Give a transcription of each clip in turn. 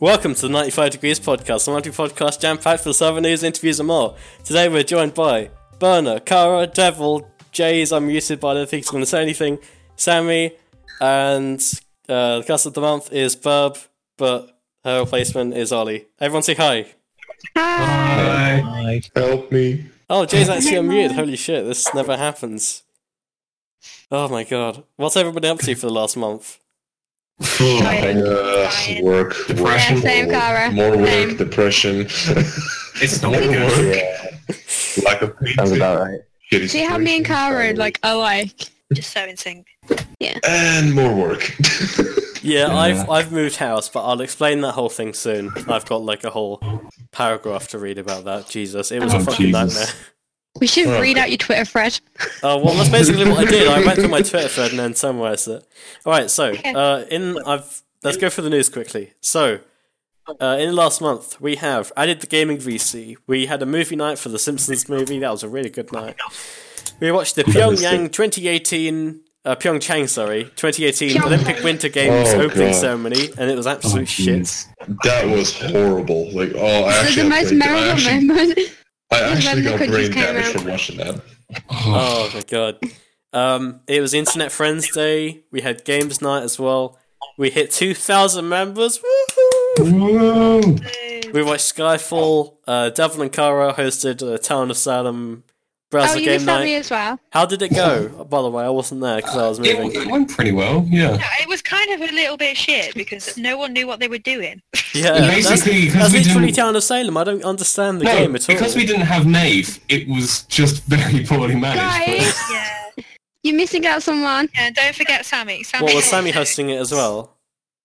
Welcome to the 95 Degrees Podcast, the monthly podcast jam packed for server news, interviews, and more. Today we're joined by Burner, Kara, Devil, Jays, I'm muted, but I don't think he's going to say anything, Sammy, and uh, the guest of the month is Burb, but her replacement is Ollie. Everyone say hi. Hi. Hi. Help me. Oh, Jay's actually unmuted. Holy shit, this never happens. Oh my god. What's everybody up to for the last month? Giant. Uh, Giant. work, Yeah, depression, same, Cara. more work, Same. depression, It's not more good. work, lack of Sounds pizza, about right. shitty See how me and situation, Kara like alike. just so in sync. and more work. Yeah, I've I've moved house, but I'll explain that whole thing soon. I've got like a whole paragraph to read about that. Jesus, it was a Oh, fucking Jesus. nightmare. We should Oh. read out your Twitter thread. Uh, well, that's basically what I did. I went through my Twitter thread and then summarized it. All right, so uh, in I've let's go through the news quickly. So uh, in the last month, we have added the gaming VC. We had a movie night for the Simpsons movie. That was a really good night. We watched the Pyongyang 2018. Uh, Pyeongchang, sorry, 2018 Olympic Winter Games Oh, opening God. Oh, ceremony, and it was absolute shit. that was horrible. Like, oh, I This is actually the got most brain- memorable I actually, moment. I when actually the got cookies brain came damage out. from watching that. Oh my god. Um, it was Internet Friends Day. We had games night as well. We hit 2,000 members. Woohoo! Woo! We watched Skyfall. Uh, Devil and Kara hosted a Town of Salem Oh, browser you game missed night. me as well. How did it go? Oh, by the way, I wasn't there because I was It, moving. it went pretty well, yeah. Yeah, it was kind of a little bit shit because no one knew what they were doing. Yeah, that's, Basically, that's because we literally didn't. Town of Salem. I don't understand the No, game at all. because we didn't have Nave, it was just very poorly managed. Guys, Yeah. you're missing out someone. yeah don't forget Sammy. Sammy What was Sammy hosting it as well?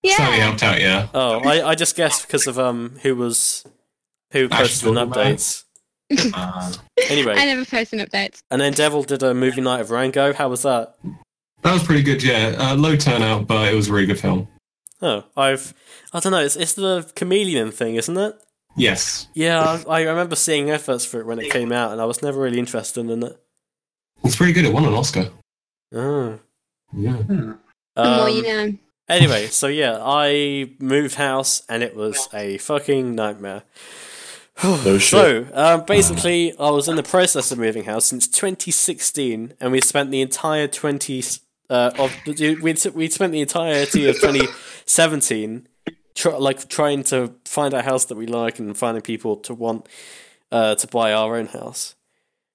But Yeah. Sammy helped out, yeah. Oh, I, I just guessed because of um who was who Ash posted the Silverman. updates. Uh, Anyway, I never post an update. And then Devil did a movie night of Rango. How was that? that was pretty good, yeah. Uh, low turnout, but it was a really good film. Oh, I've I don't know. It's it's the chameleon thing, isn't it? Yes, Yeah, I, I remember seeing efforts for it when it came out, and I was never really interested in it. it's pretty good. It won an Oscar. Oh. Yeah. The more Um, you know. anyway, so yeah, I moved house, and it was a fucking nightmare. No shit. So, um, basically, I was in the process of moving house since 2016, and we spent the entire 20 uh, of we we spent the entirety of 2017 tr- like trying to find a house that we like and finding people to want uh, to buy our own house.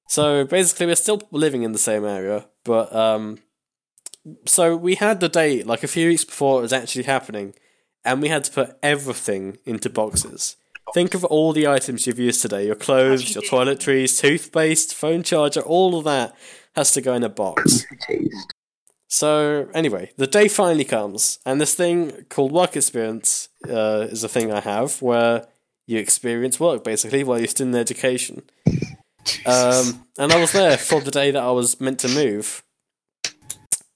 So basically, we're still living in the same area, but um, so we had the date like a few weeks before it was actually happening, and we had to put everything into boxes. Think of all the items you've used today your clothes, your toiletries, toothpaste, phone charger, all of that has to go in a box. So, anyway, the day finally comes, and this thing called work experience uh, is a thing I have where you experience work basically while you're still in education. Um, and I was there for the day that I was meant to move.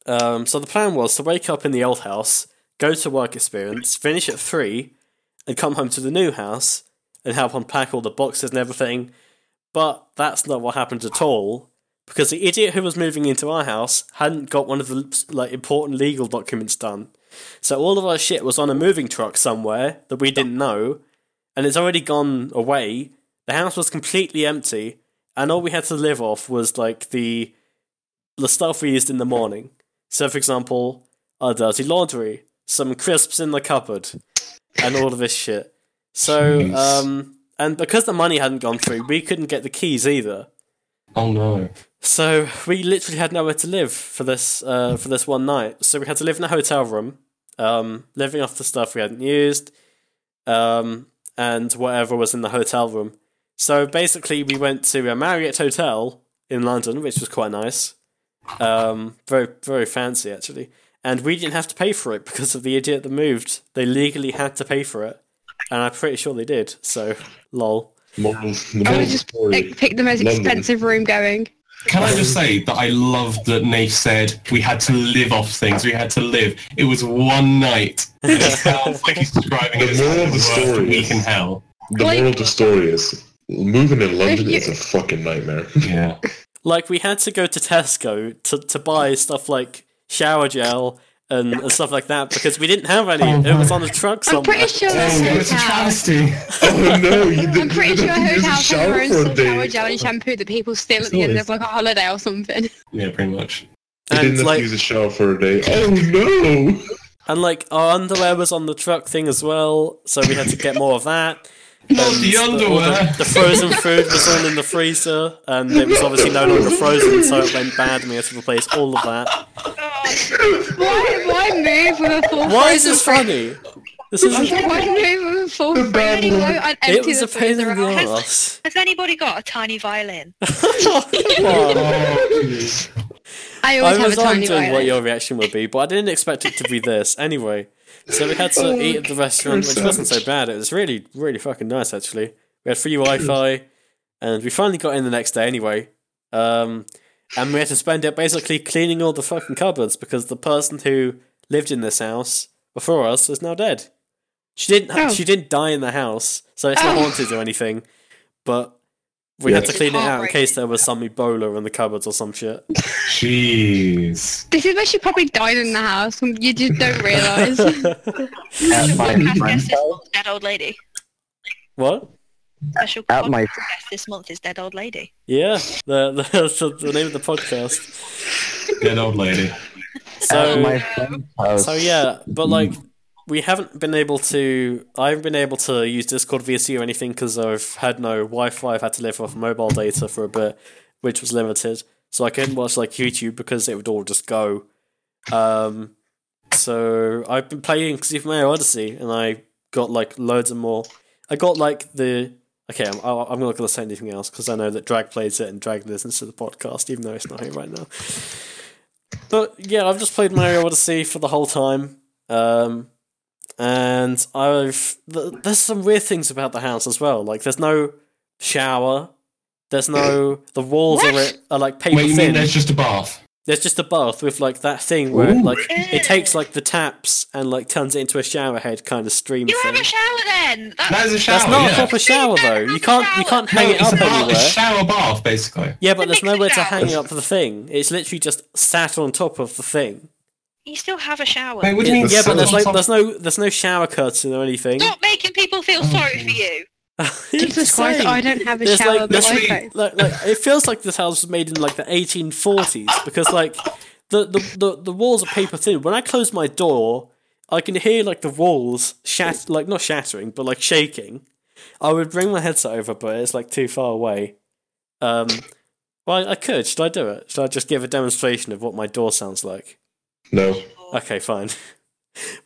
Um, so, the plan was to wake up in the old house, go to work experience, finish at three, and come home to the new house and help unpack all the boxes and everything. But that's not what happened at all because the idiot who was moving into our house hadn't got one of the like important legal documents done. So all of our shit was on a moving truck somewhere that we didn't know, and it's already gone away. The house was completely empty, and all we had to live off was like the the stuff we used in the morning. So, for example, our dirty laundry, some crisps in the cupboard, and all of this shit. So, Jeez. um, and because the money hadn't gone through, we couldn't get the keys either. Oh no. So we literally had nowhere to live for this uh, for this one night. So we had to live in a hotel room, um, living off the stuff we hadn't used, um, and whatever was in the hotel room. So basically, we went to a Marriott hotel in London, which was quite nice, um, very very fancy actually. And we didn't have to pay for it because of the idiot that moved. They legally had to pay for it, and I'm pretty sure they did. So, lol. Moral, the I moral would of the just story. pick, pick the most London. expensive room going. Can I just say that I love that Nate said we had to live off things. We had to live. It was one night. It sounds like he's describing it as The moral of the the worst story week is- in hell. the Like- moral of the story is moving in London you- is a fucking nightmare. Yeah. like we had to go to Tesco to, to buy stuff like shower gel and, and stuff like that because we didn't have any. Oh, it was no. on a truck I'm somewhere. pretty sure that's Oh, it's a hotel. travesty. Oh no, you didn't. I'm pretty you sure didn't her use a house had shower her own for a sort of shower day. gel and shampoo that people steal at the end of like a holiday or something. Yeah, pretty much. You And, didn't have like- to use a shower for a day. Oh no! And like our underwear was on the truck thing as well, so we had to get more of that. Not And the all underwear. The, frozen food was all in the freezer, and it was obviously no longer frozen, so it went bad, and we had to replace all of that. Oh, Why, why move with a full Why is frozen this funny? This is fr- Why move with a full The freezing Babylon. load and empty it was the a pain freezer in the out? ass. has anybody got a tiny violin? Wow. Oh, I I always was have a tiny wondering what violin. your reaction would be, but I didn't expect it to be this anyway. So we had to Oh, eat at the restaurant, which cursed. wasn't so bad. It was really, really fucking nice actually. We had free Wi-Fi, and we finally got in the next day anyway. Um, and we had to spend it basically cleaning all the fucking cupboards because the person who lived in this house before us is now dead. She didn't. Ha- Oh. She didn't die in the house, so it's not Oh. haunted or anything. But we had Yeah. to clean it out in Heartbreaking. case there was some Ebola in the cupboards or some shit. Jeez. This is where she probably died in the house. and You just don't realise. At my, Podcast guest friend's this house, month, dead old lady. what? Special At podcast my- guest this month is dead old lady. Yeah, the, the that's the, the name of the podcast. Dead old lady. at So my friend's house. so yeah, but like we haven't been able to. I haven't been able to use Discord VC or anything because I've had no Wi-Fi. I've had to live off mobile data for a bit, which was limited. So I couldn't watch like YouTube because it would all just go. Um, so I've been playing Super Mario Odyssey, and I got like loads of more. I got like the okay. I'm, I'll- I'm not going to say anything else because I know that Drag plays it and Drag listens to the podcast, even though it's not here right now. But yeah, I've just played Mario Odyssey for the whole time, um, and I've th- there's some weird things about the house as well. Like there's no shower. There's no the walls are, What? are like paper Wait, you thin. mean there's just a bath? There's just a bath with like that thing where Ooh. like it takes like the taps and like turns it into a shower head kind of stream You thing. have a shower then. That's That is a shower. That's not a yeah. proper shower though. You can't you can't hang no, it it's up a, bath, a anywhere. shower bath, basically. Yeah, but there's It's a mixed nowhere to shower. hang up the thing. It's literally just sat on top of the thing. you still have a shower. Wait, what do you Yeah, mean? yeah, but there's sit on like top- there's no there's no shower curtain or anything. Stop making people feel sorry for you. Jesus Christ, I don't have a There's shower. like- but there's like- okay. like, like it feels like this house was made in like the 1840s because like the, the, the, the walls are paper thin. When I close my door, I can hear like the walls shat like not shattering but like shaking. I would bring my headset over, but it's like too far away. Um, well, I could. Should I do it? Should I just give a demonstration of what my door sounds like? No. Okay, fine.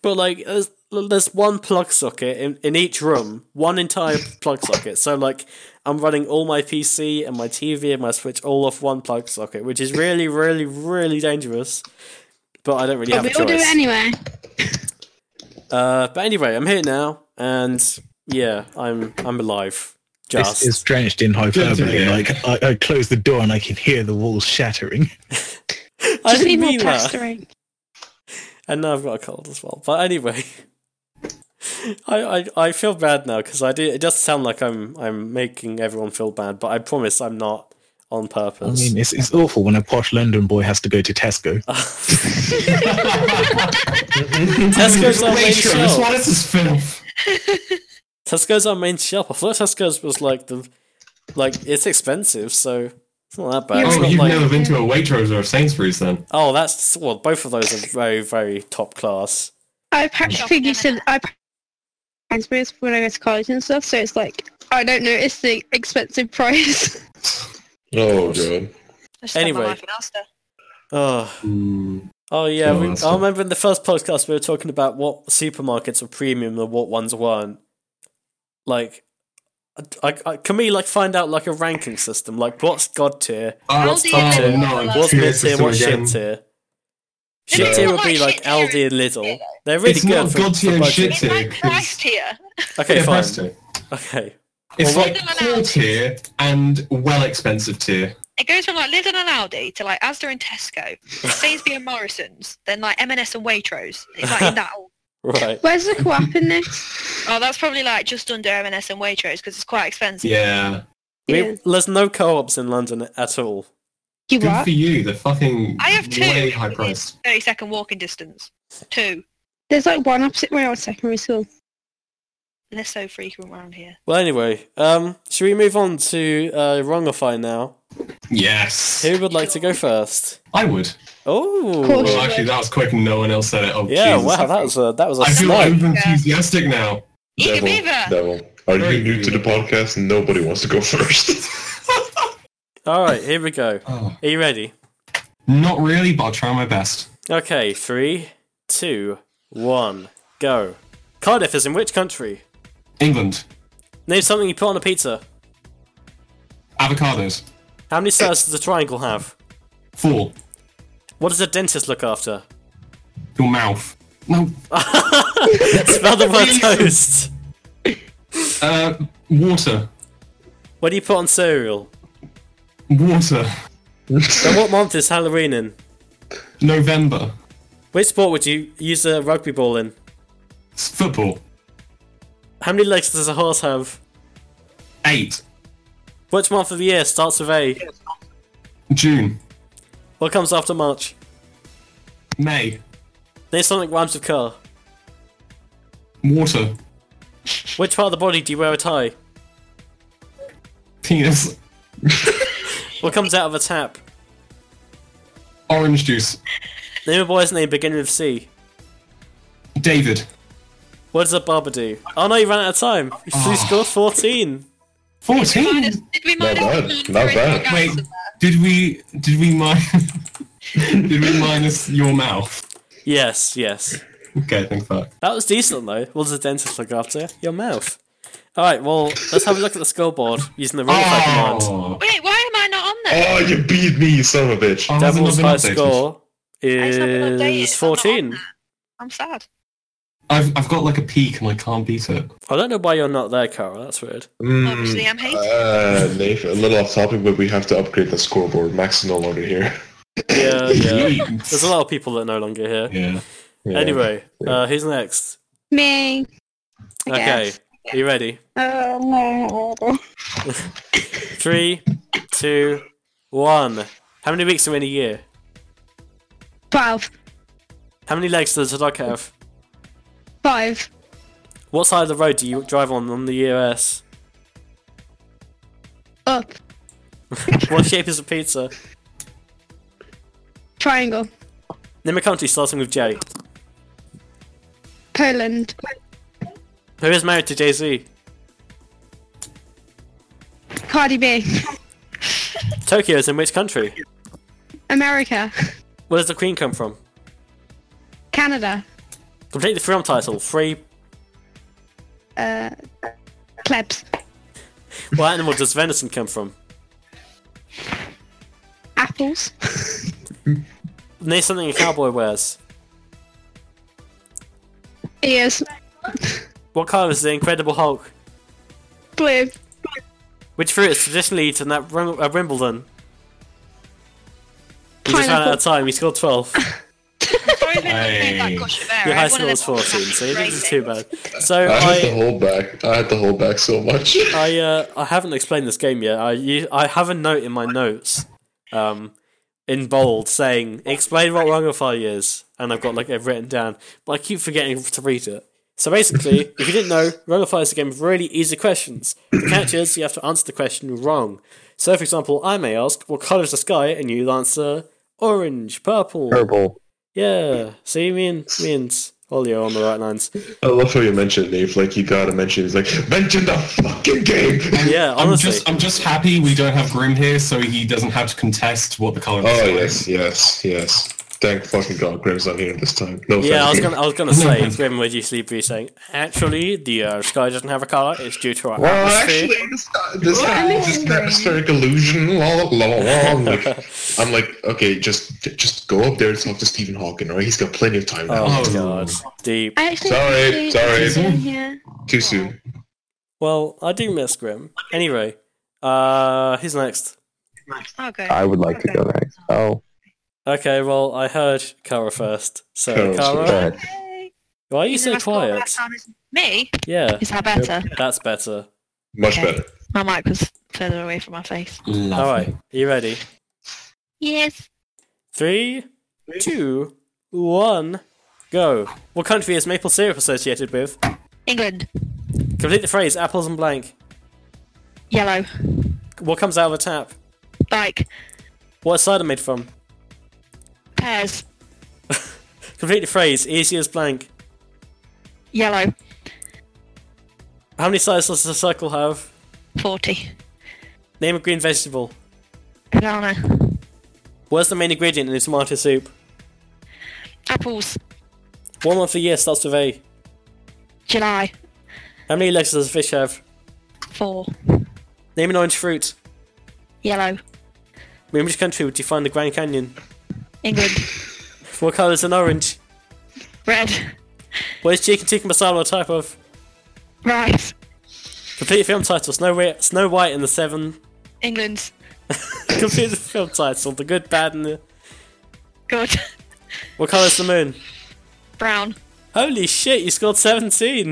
but like, there's, there's one plug socket in, in each room, one entire plug socket. So like, I'm running all my PC and my TV and my Switch all off one plug socket, which is really, really, really dangerous. But I don't really have But a we all do choice. it anyway. uh, but anyway, I'm here now, and yeah, I'm I'm alive. Just This is drenched in hyperbole. Yeah. Like I, I close the door and I can hear the walls shattering. I Just need didn't more mean that. plastering. And now I've got a cold as well. But anyway, I, I I feel bad now because I do. It does sound like I'm I'm making everyone feel bad, but I promise I'm not on I purpose. mean, it's, it's awful when a posh London boy has to go to Tesco. Tesco's our main Wait, sure, this shop. one is filth. Tesco's our main shop. I thought Tesco's was like the like it's expensive, so it's not that bad. It's Oh, not you've like- never been to a Waitrose or a Sainsbury's then? oh, that's well. Both of those are very very top class. I practically figured to I practiced when I go to college and stuff, so it's like I don't notice the expensive price. Oh god. I spend Anyway. my life in Ulster. Oh. Oh yeah, Oh, we, that's I cool. remember in the first podcast we were talking about what supermarkets were premium and what ones weren't. Like, I, I, I- can we like find out like a ranking system? Like, what's god tier? What's Aldi top and tier? Lidl. What's mid tier? What's shit shit? tier? They're Shit tier not would be like like shit tier Aldi and Lidl. They're really It's good not for, god for tier and shit budget. It's like Because- price tier. Okay, fine. Okay, It's Well, like what- poor tier and well expensive tier. It goes from like Lidl and Aldi to like Asda and Tesco, Sainsbury and Morrison's, then like M&S and Waitrose. It's like in that order. right. Where's the co-op in this? Oh, that's probably like just under M&S and Waitrose because it's quite expensive. Yeah. Yeah. We, there's no co-ops in London at all. You Good what? for you. They're fucking I have two. way high priced. 30 second walking distance. Two. There's like one opposite when I was secondary school. They're so frequent around here. Well, anyway, um, should we move on to uh, wrong or fine now? Yes. Who would like to go first? I would. Oh, Cool. Well, actually, that was quick. and No one else said it. Oh, yeah! Jesus. Wow, that was a that was a I feel snipe. enthusiastic now. Eat a Devil, beaver! devil. Are Very you new to the good. podcast? Nobody wants to go first. All right, here we go. Oh, Are you ready? not really, but I'll try my best. Okay, three, two, one, go. Cardiff is in which country? England. Name something you put on a pizza. Avocados. How many sides does a triangle have? Four. What does a dentist look after? Your mouth. No. Smell the word toast. Uh, water. What do you put on cereal? Water. And what month is Halloween in? November. Which sport would you use a rugby ball in? It's football. How many legs does a horse have? Eight. Which month of the year starts with A? June. What comes after March? May. Name something that rhymes with car. Water. Which part of the body do you wear a tie? Penis. What comes out of a tap? Orange juice. Name a boy's name beginning with C. David. What does a barber do? Oh no, you ran out of time. You Oh. scored 14. Fourteen. Did we minus bad, one for not any bad. orgasm Wait. there? Did we? Did we min? did we minus your mouth? Yes, yes. Okay, thank fuck. That was decent though. What does a dentist look after? Your mouth. Alright, well, let's have a look at the scoreboard using the ringify command. Oh, Wait, why am I not on there? oh, you beat me, you son of a bitch. Oh, Devil's hasn't that been high updated? score It's not been updated, is it's not on 14. there. I'm sad. I've I've got like a peak and I can't beat it. I don't know why you're not there, Carl. That's weird. Oh, Mm. Obviously, I'm hated. Uh, Nate, a little off topic, but we have to upgrade the scoreboard. Max is no longer here. Yeah, yeah. There's Yeet. a lot of people that are no longer here. Yeah. Yeah. Anyway, yeah. uh, who's next? Me. I Okay, guess. are you ready? Oh, no. Three, two, one. How many weeks are in a year? Twelve. How many legs does a dog have? Five. What side of the road do you drive on on the US? Up. What shape is a pizza? Triangle. Name a country starting with J. Poland. Who is married to Jay Z? Cardi B. Tokyo is in which country? America. Where does the Queen come from? Canada. Complete the film title. Three. Uh, plebs. What animal does venison come from? Apples. Name something a cowboy wears. Ears. What colour is the Incredible Hulk? Blue. Which fruit is traditionally eaten at, Wim- at Wimbledon? You just ran out Pineapple. of time. You scored 12. Sorry if anyone made that Hey. gush of air. Your I high had one score of was them 14, so you didn't do too ratings. bad. So I had to I, hold back. I had to hold back so much. I, uh, I haven't explained this game yet. I, you, I have a note in my notes, um, in bold saying explain what Wrong of is, and I've got like it written down, but I keep forgetting to read it. So basically, if you didn't know, Wrong of is a game of really easy questions. The catch is you have to answer the question wrong. So, for example, I may ask, "What colour is the sky?" and you answer orange, purple. Purple. Yeah. See, me and me and Ollie are on the right lines. I love how you mentioned Nate. Like you gotta mention. He's like, mention the fucking game. Yeah, I'm honestly. just I'm just happy we don't have Grim here, so he doesn't have to contest what the color. Oh yes, yes, yes. Thank fucking god, Grim's not here this time. No, Yeah, I was thank gonna, I was gonna say, it's Grim would usually be saying, actually, the uh, sky doesn't have a color. It's due to our Well, atmosphere. actually, this guy, this guy is an atmospheric illusion. La, la, la, la. I'm, like, I'm like, okay, just just go up there and talk to Stephen Hawking, right? He's got plenty of time now. Oh, Oh. god, deep. I actually Sorry, really- sorry. I'm here. Too soon. Well, I do miss Grim. Anyway, uh, who's next? I'll go. I would like to go next. Oh, Okay, well, I heard Kara first. So, Kara's go Kara, ahead. Yay. why are you Even if so I score that quiet? time, it's Me? Yeah, Is that better? that's better. Much Okay. better. My mic was further away from my face. All right, are you ready? Yes. Three, two, one, Go. What country is maple syrup associated with? England. Complete the phrase apples and blank. Yellow. What comes out of a tap? Bike. What is cider made from? Pears. Complete the phrase easy as blank. Yellow. How many sides does a circle have? 40. Name a green vegetable. Banana. What's the main ingredient in a tomato soup? Apples. One month of the year starts with A. July. How many legs does a fish have? Four. Name an orange fruit. Yellow. In which country would you find the Grand Canyon? England. What colour is an orange? Red. What is chicken tikka masala a type of? Rice. Complete film title Snow White, Snow White and the Seven. England's. Complete the film title The Good, Bad and the... Good. What colour is the moon? Brown. Holy shit, you scored 17!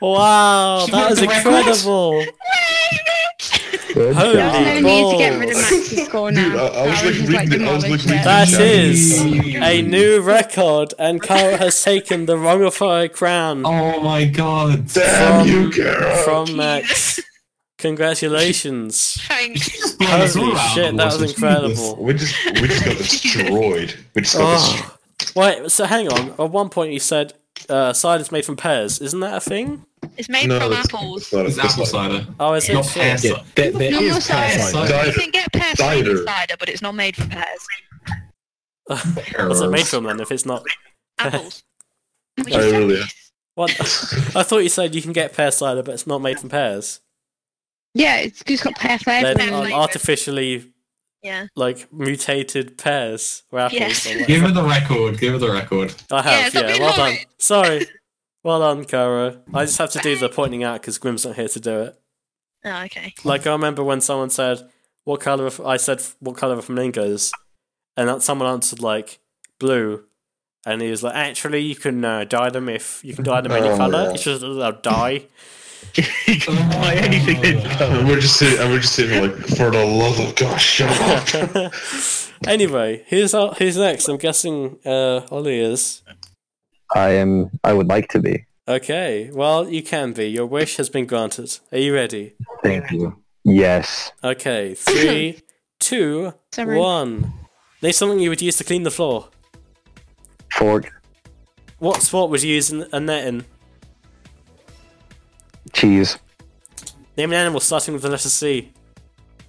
Wow, that was incredible! There's Good. no Holy need to get Oh. rid of balls! Max's score now. Dude, I- I was, That like, just, reading- I was, like, demolished reading it. that. That is a new record, and Carl has taken the wrongified crown Oh my god. Damn From- you, Carol. from Max. Congratulations! Thanks. Blown us all Holy out shit, of the that water, was Jesus. incredible. we just we just got destroyed. We just got destroyed. Oh. Wait, so hang on. At one point you said uh, cider's made from pears. Isn't that a thing? It's made No, from it's- apples. it's not- It's it's apple not- cider. Oh, is it? Not Shit. pear cider. Yeah, there, there Normal is pear size. cider. You Cider. can get pear cider. Cider. in cider, but it's not made from pears. What's it made from then? If it's not Apples. Oh, Which I is really- separate. what? I thought you said you can get pear cider, but it's not made from pears. Yeah, it's just got pear flavour. They're pear ar- flavour. artificially Yeah. like mutated pears or apples. Yes. Or Give whatever. her the record. Give her the record. I have. Yeah, Yeah. something Well done. like Sorry. Well done, Kara. I just have to do the pointing out because Grim's not here to do it. Oh, okay. Like I remember when someone said, "What color?" Of, I said, "What color are flamingos?" And that someone answered like blue, and he was like, "Actually, you can uh, dye them if you can dye them any Oh, color. yeah. It's just uh, dye." You can buy anything in And we're just sitting, and we're just sitting here like, for the love of God, shut up. anyway, who's our, who's next? I'm guessing uh, Ollie is. I am. I would like to be. Okay, well, you can be. Your wish has been granted. Are you ready? Thank you. Yes. Okay, three, two, Sorry. one. Name something you would use to clean the floor. Fork, What sport would you use in- a net in? cheese, Name an animal starting with the letter C.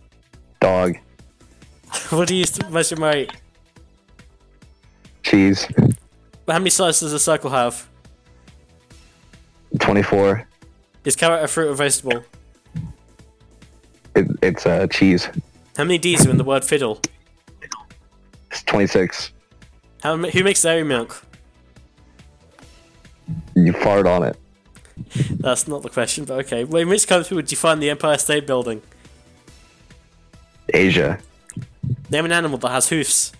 dog, what do you use to measure weight? cheese. How many sides does a circle have? Twenty-four. Is carrot a fruit or vegetable? It, it's uh, cheese. How many D's are in the word fiddle? It's twenty-six. How, ma- who makes dairy milk? You fart on it. That's not the question, but okay. Well, in which country would you find the Empire State Building? Asia. Name an animal that has hoofs.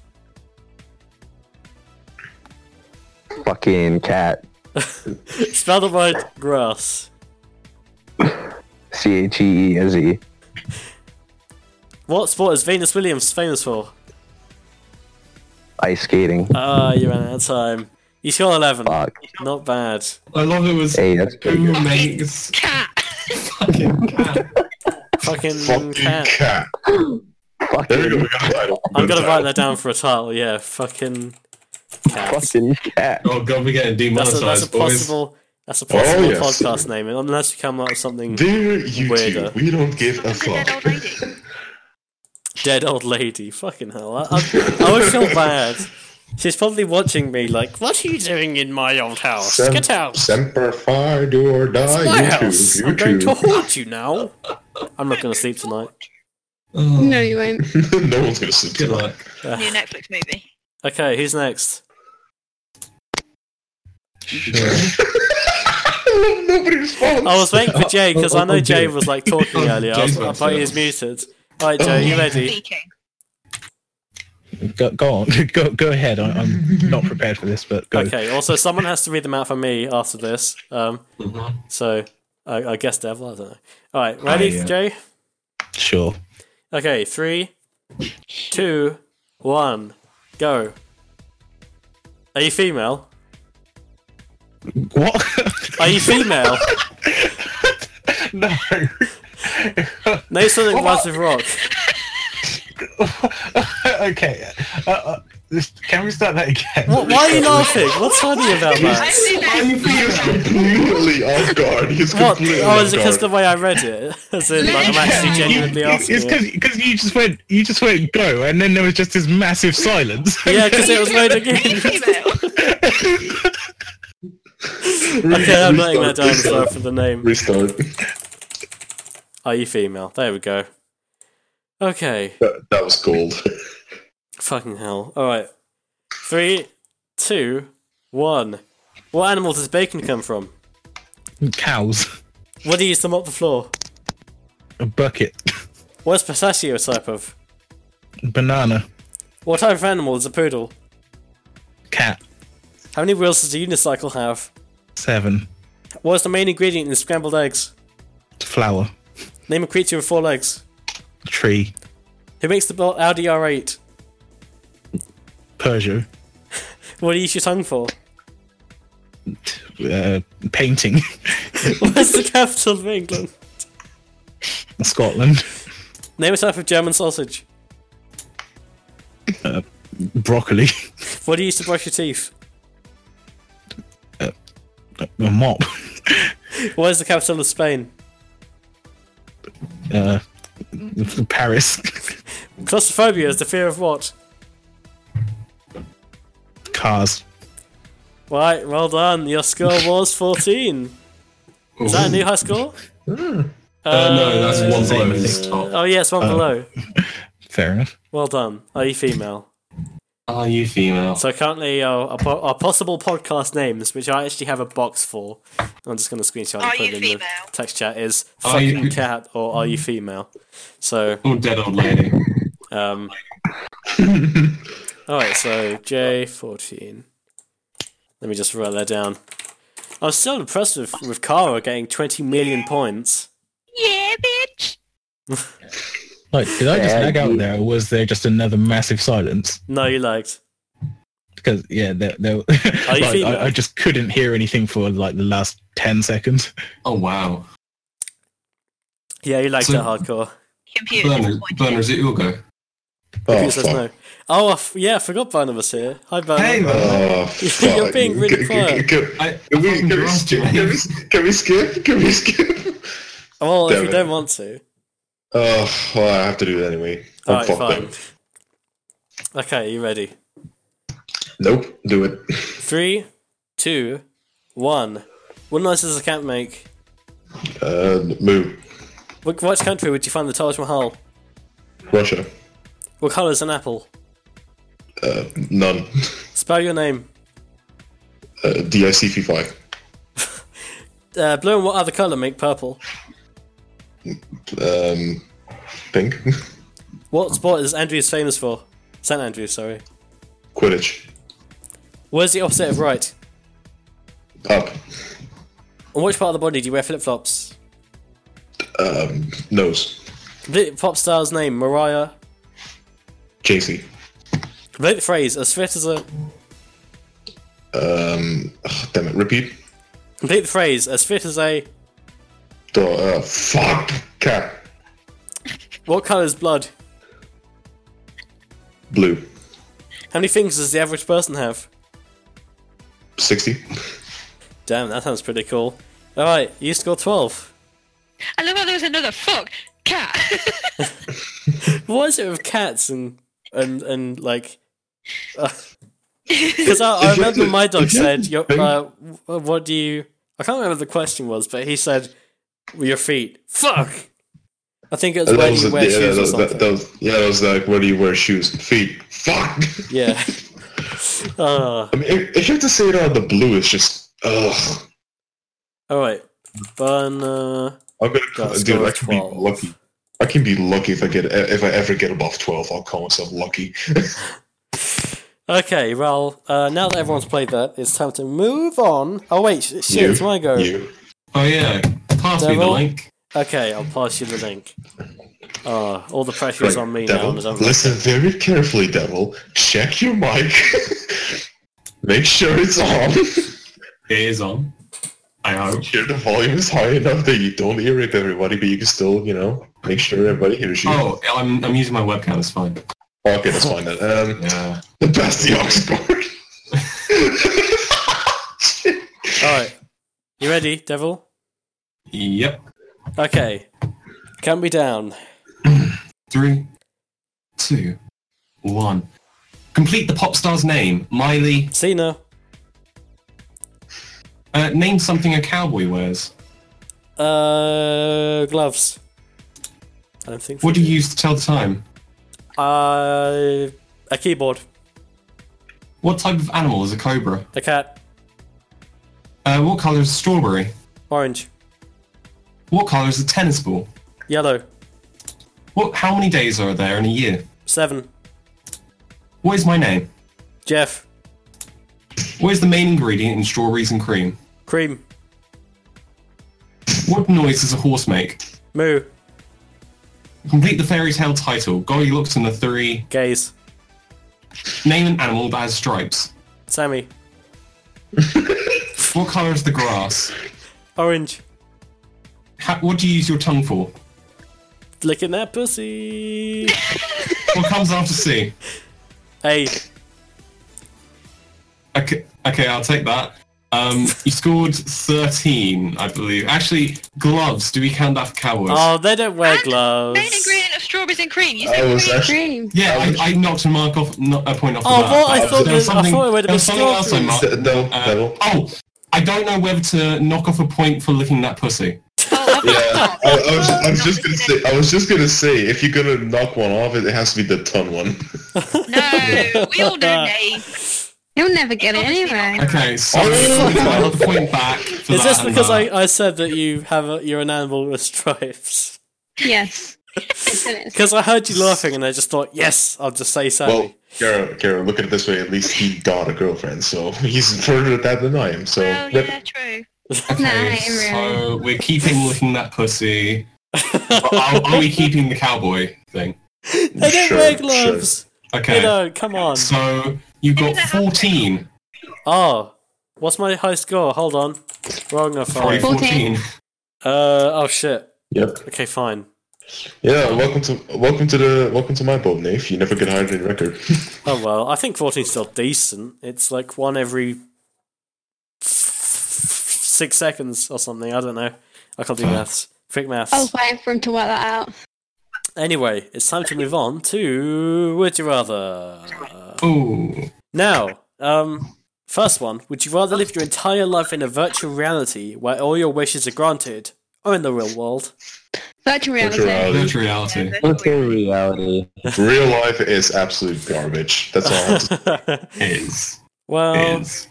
Fucking cat. Spell the word grass. C H E E S E. What sport is Venus Williams famous for? Ice skating. Ah, you ran out of time. You scored 11. Fuck. Not bad. I love it was Hey, that's pretty who good. makes Cat. fucking cat. Fucking Fucking cat. cat. There we go. Fucking. We got a title. We I'm got a gonna write title. that down for a title, yeah. Fucking cat. Fucking cat. Oh god, we're getting That's a, demonetized, that's a boys. possible. That's a possible Oh, yes. podcast name, unless you come up with something Dear YouTube, Weirder. we don't give a That's a dead fuck. old lady. dead old lady. Fucking hell, I, I, I would feel bad. She's probably watching me, like, "What are you doing in my old house? Sem- Get Oh, out! Semper fi, do or die. my YouTube, house! I'm going to YouTube. haunt you now." I'm not gonna sleep tonight. Oh, No, you won't. no one's gonna sleep Good tonight. luck. New Netflix movie. Okay, who's next? Nobody responds. I was waiting for Jay because I know Jay was like talking Oh, earlier. I, was, Jay's I next, thought he yeah. was muted. Alright, Jay, you ready? Speaking. Go, go on. Go, go ahead. I, I'm not prepared for this, but go. Okay. Also, someone has to read them out for me after this. Um, Mhm. So I, I guess devil. I don't know. All right, ready, Ah, yeah. Jay? Sure. Okay, three, two, one, go. Are you female? What? Are you female? no. Name something rhymes with rock. okay. Uh, uh, this, can we start that again? What, why are you laughing? What's funny about I that? see that. He is completely off guard. He's What? completely Oh, off is it because the guard. way I read it? As in, like, I'm actually You- genuinely asking. it's it. because you just went you just went go and then there was just this massive silence. Yeah, because it was loading in. Female. Okay, I'm writing that Restart, down as well restart, for the name. Restart. Are you female? There we go. Okay. That, that was cold. Fucking hell. Alright. Three, two, one. What animal does bacon come from? cows, What do you use to mop the floor? a bucket, What is pistachio a type of? banana, What type of animal is a poodle? cat, How many wheels does a unicycle have? seven, What is the main ingredient in scrambled eggs? flower, Name a creature with four legs. tree, Who makes the bo- Audi R8? Peugeot, What do you use your tongue for? uh, painting, Where's the capital of England? Scotland, Name a type of German sausage. broccoli, What do you use to brush your teeth? a mop, What is the capital of Spain? uh, Paris, Claustrophobia is the fear of what? cars. Right, well done. Your score was 14. Is that a new high score? Uh, no, that's one below, I think. Top. Oh, yeah, it's Uh, one below. Fair enough. Well done. Are you female? Are you female? So currently our, our, po- our possible podcast names, which I actually have a box for. I'm just going to screenshot and Are put you it in the female? text chat is Are you- fucking cat or are you female? So, Oh, dead old lady. um... Alright, so J14. Let me just write that down. I'm still impressed with, with Kara getting 20 million points. yeah, bitch. Like, did I just Yeah, lag out you- there, or was there just another massive silence? No, you liked. Because yeah, there, there like, female? I, I just couldn't hear anything for like the last ten seconds. Oh wow. Yeah, you liked So- it hardcore. Computer Burner, disappointed. burner, is it your go? Oh, Who says fuck. no? Oh, I f- yeah, I forgot Burner was here. Hi, Burner. Oh, fuck. You're being really Can- quiet. can- can- I, Can we, fucking can, we grasped skip, it. can, we, can we skip? Can we skip? Well, if Damn you it. don't want to. Oh, well, I have to do that anyway. I'm Alright, fucked fine. up. Okay, you ready? Nope, do it. Three, two, one. What noise does a cat make? Uh, move. Which, which country would you find the Taj Mahal? Russia. What colour is an apple? Uh, none. Spell your name. Uh, DICP5. Uh, blue and what other colour make purple? Um, pink. What sport is Andrews famous for? St Andrews, sorry. Quidditch. Where's the opposite of right? Up. On which part of the body do you wear flip flops? Um, nose. Complete pop star's name, Mariah. JC. Complete the phrase, as fit as a. Um, ugh, damn it. Repeat. Complete the phrase, as fit as a. The, uh, fuck. Cat. What colour is blood? Blue. How many fingers does the average person have? 60. Damn, that sounds pretty cool. Alright, you score 12. I love how there was another fuck cat. What is it with cats and. and, and like. Because I, I Is that remember the- my dog is that said, the your, thing? uh, wh- What do you. I can't remember what the question was, but he said, Your feet. Fuck! I think it was when you wear yeah, shoes or that, something. that, that was, yeah, that was like, where do you wear shoes? Feet. Fuck. Yeah. uh, I mean, if, if you have to say it out of the blue, it's just, ugh. Alright. Burner. I'm gonna, Got a call, dude. score I of can 12. be lucky. I can be lucky if I get e, if I ever get above twelve. I'll call myself lucky. Okay, well, uh, now that everyone's played that, it's time to move on. Oh, wait, sh- shit, You. it's my go. you. Oh yeah. Pass me the Devil. link. Okay, I'll pass you the link. Oh, all the pressure is Right, on me now. devil. and it's on- Listen very carefully, devil. Check your mic. Make sure it's on. It is on. I hope. Make sure the volume is high enough that you don't irritate everybody, but you can still, you know, make sure everybody hears you. Oh, I'm, I'm using my webcam. It's fine. Uh, Okay, that's fine then. Um, Yeah. The best the Oxford. All right. You ready, Devil? Yep. Okay. Count me down. Three, two, one. Complete the pop star's name. Miley, Cena. uh, name something a cowboy wears. Uh, gloves. I don't think. What do you use to tell the time? Uh, a keyboard. What type of animal is a cobra? A cat. Uh, what color is a strawberry? Orange. What color is a tennis ball? Yellow. What? How many days are there in a year? Seven. What is my name? Jeff. What is the main ingredient in strawberries and cream? Cream. What noise does a horse make? Moo. Complete the fairy tale title. Goldilocks and the Three. Gaze. Name an animal that has stripes. Sammy. What color is the grass? Orange. How, what do you use your tongue for? Licking that pussy. What comes after C? hey. Okay, okay, I'll take that. Um, you scored 13, I believe. Actually, gloves. Do we count that for cowboys? Oh, they don't wear And Main gloves. ingredient of strawberries and cream. You I said was cream. actually. Cream. yeah, I, I knocked a mark off, not a point off. Oh, of well, that. I But thought there was it- I thought something- it would've there was been something else I marked. No, Uh, no. oh, I don't know whether to knock off a point for licking that pussy. Oh, I've Yeah, got I, that. I was, I was Not just gonna say. I was just gonna say, if you're gonna knock one off, it has to be the ton one. No, we all know name. He'll never get it Obviously not. anyway. Okay, so Oh, I got the point back. For Is that this and because that. I, I said that you have a, you're an animal with stripes? Yes. Yes, it is. Because I heard you laughing and I just thought, yes, I'll just say Sammy. Well, Kara, Kara, look at it this way. At least he got a girlfriend, so he's further at that than I am. So Well, that- Oh, yeah, true. Okay, Nah, really. so we're keeping licking that pussy. are, are we keeping the cowboy thing? they don't sure, wear sure. gloves. Okay. You know, come on. So you got does it happen? 14. Oh, what's my high score? Hold on. Wrong or Sorry, five? Uh, 14. oh shit. Yep. Okay, fine. Yeah. Welcome to welcome to the welcome to my boat, Nave. You never get higher than record. Oh well, I think 14's still decent. It's like one every f- six seconds or something. I don't know. I can't do maths. Quick maths. I was waiting for him to work that out. Anyway, it's time to move on to Would You Rather? Ooh. Now, um, first one Would you rather live your entire life in a virtual reality where all your wishes are granted, or in the real world? Virtual Virtual reality. Virtual Yeah, reality. that's all we- reality. Real life is absolute garbage. That's all. I have to Is. well, Is.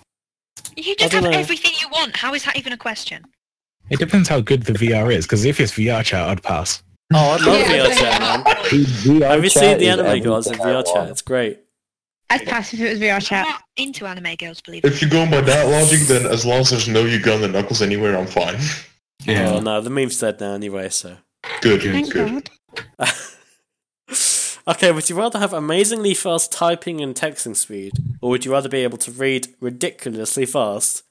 You I just don't have know. everything you want. How is that even a question? It depends how good the VR is, because if it's VR chat, I'd pass. oh, I love Yeah, VR chat, man. VR Have you seen chat the is anime everything gods in I VR chat? want. It's great. I'd pass if it was VR I'm chat. not into anime girls, believe it. If you go by that logic, then as long as there's no Uganda knuckles anywhere, I'm fine. Oh Yeah. no, the meme's dead now anyway, so. Good, Thank good. okay, would you rather have amazingly fast typing and texting speed, or would you rather be able to read ridiculously fast?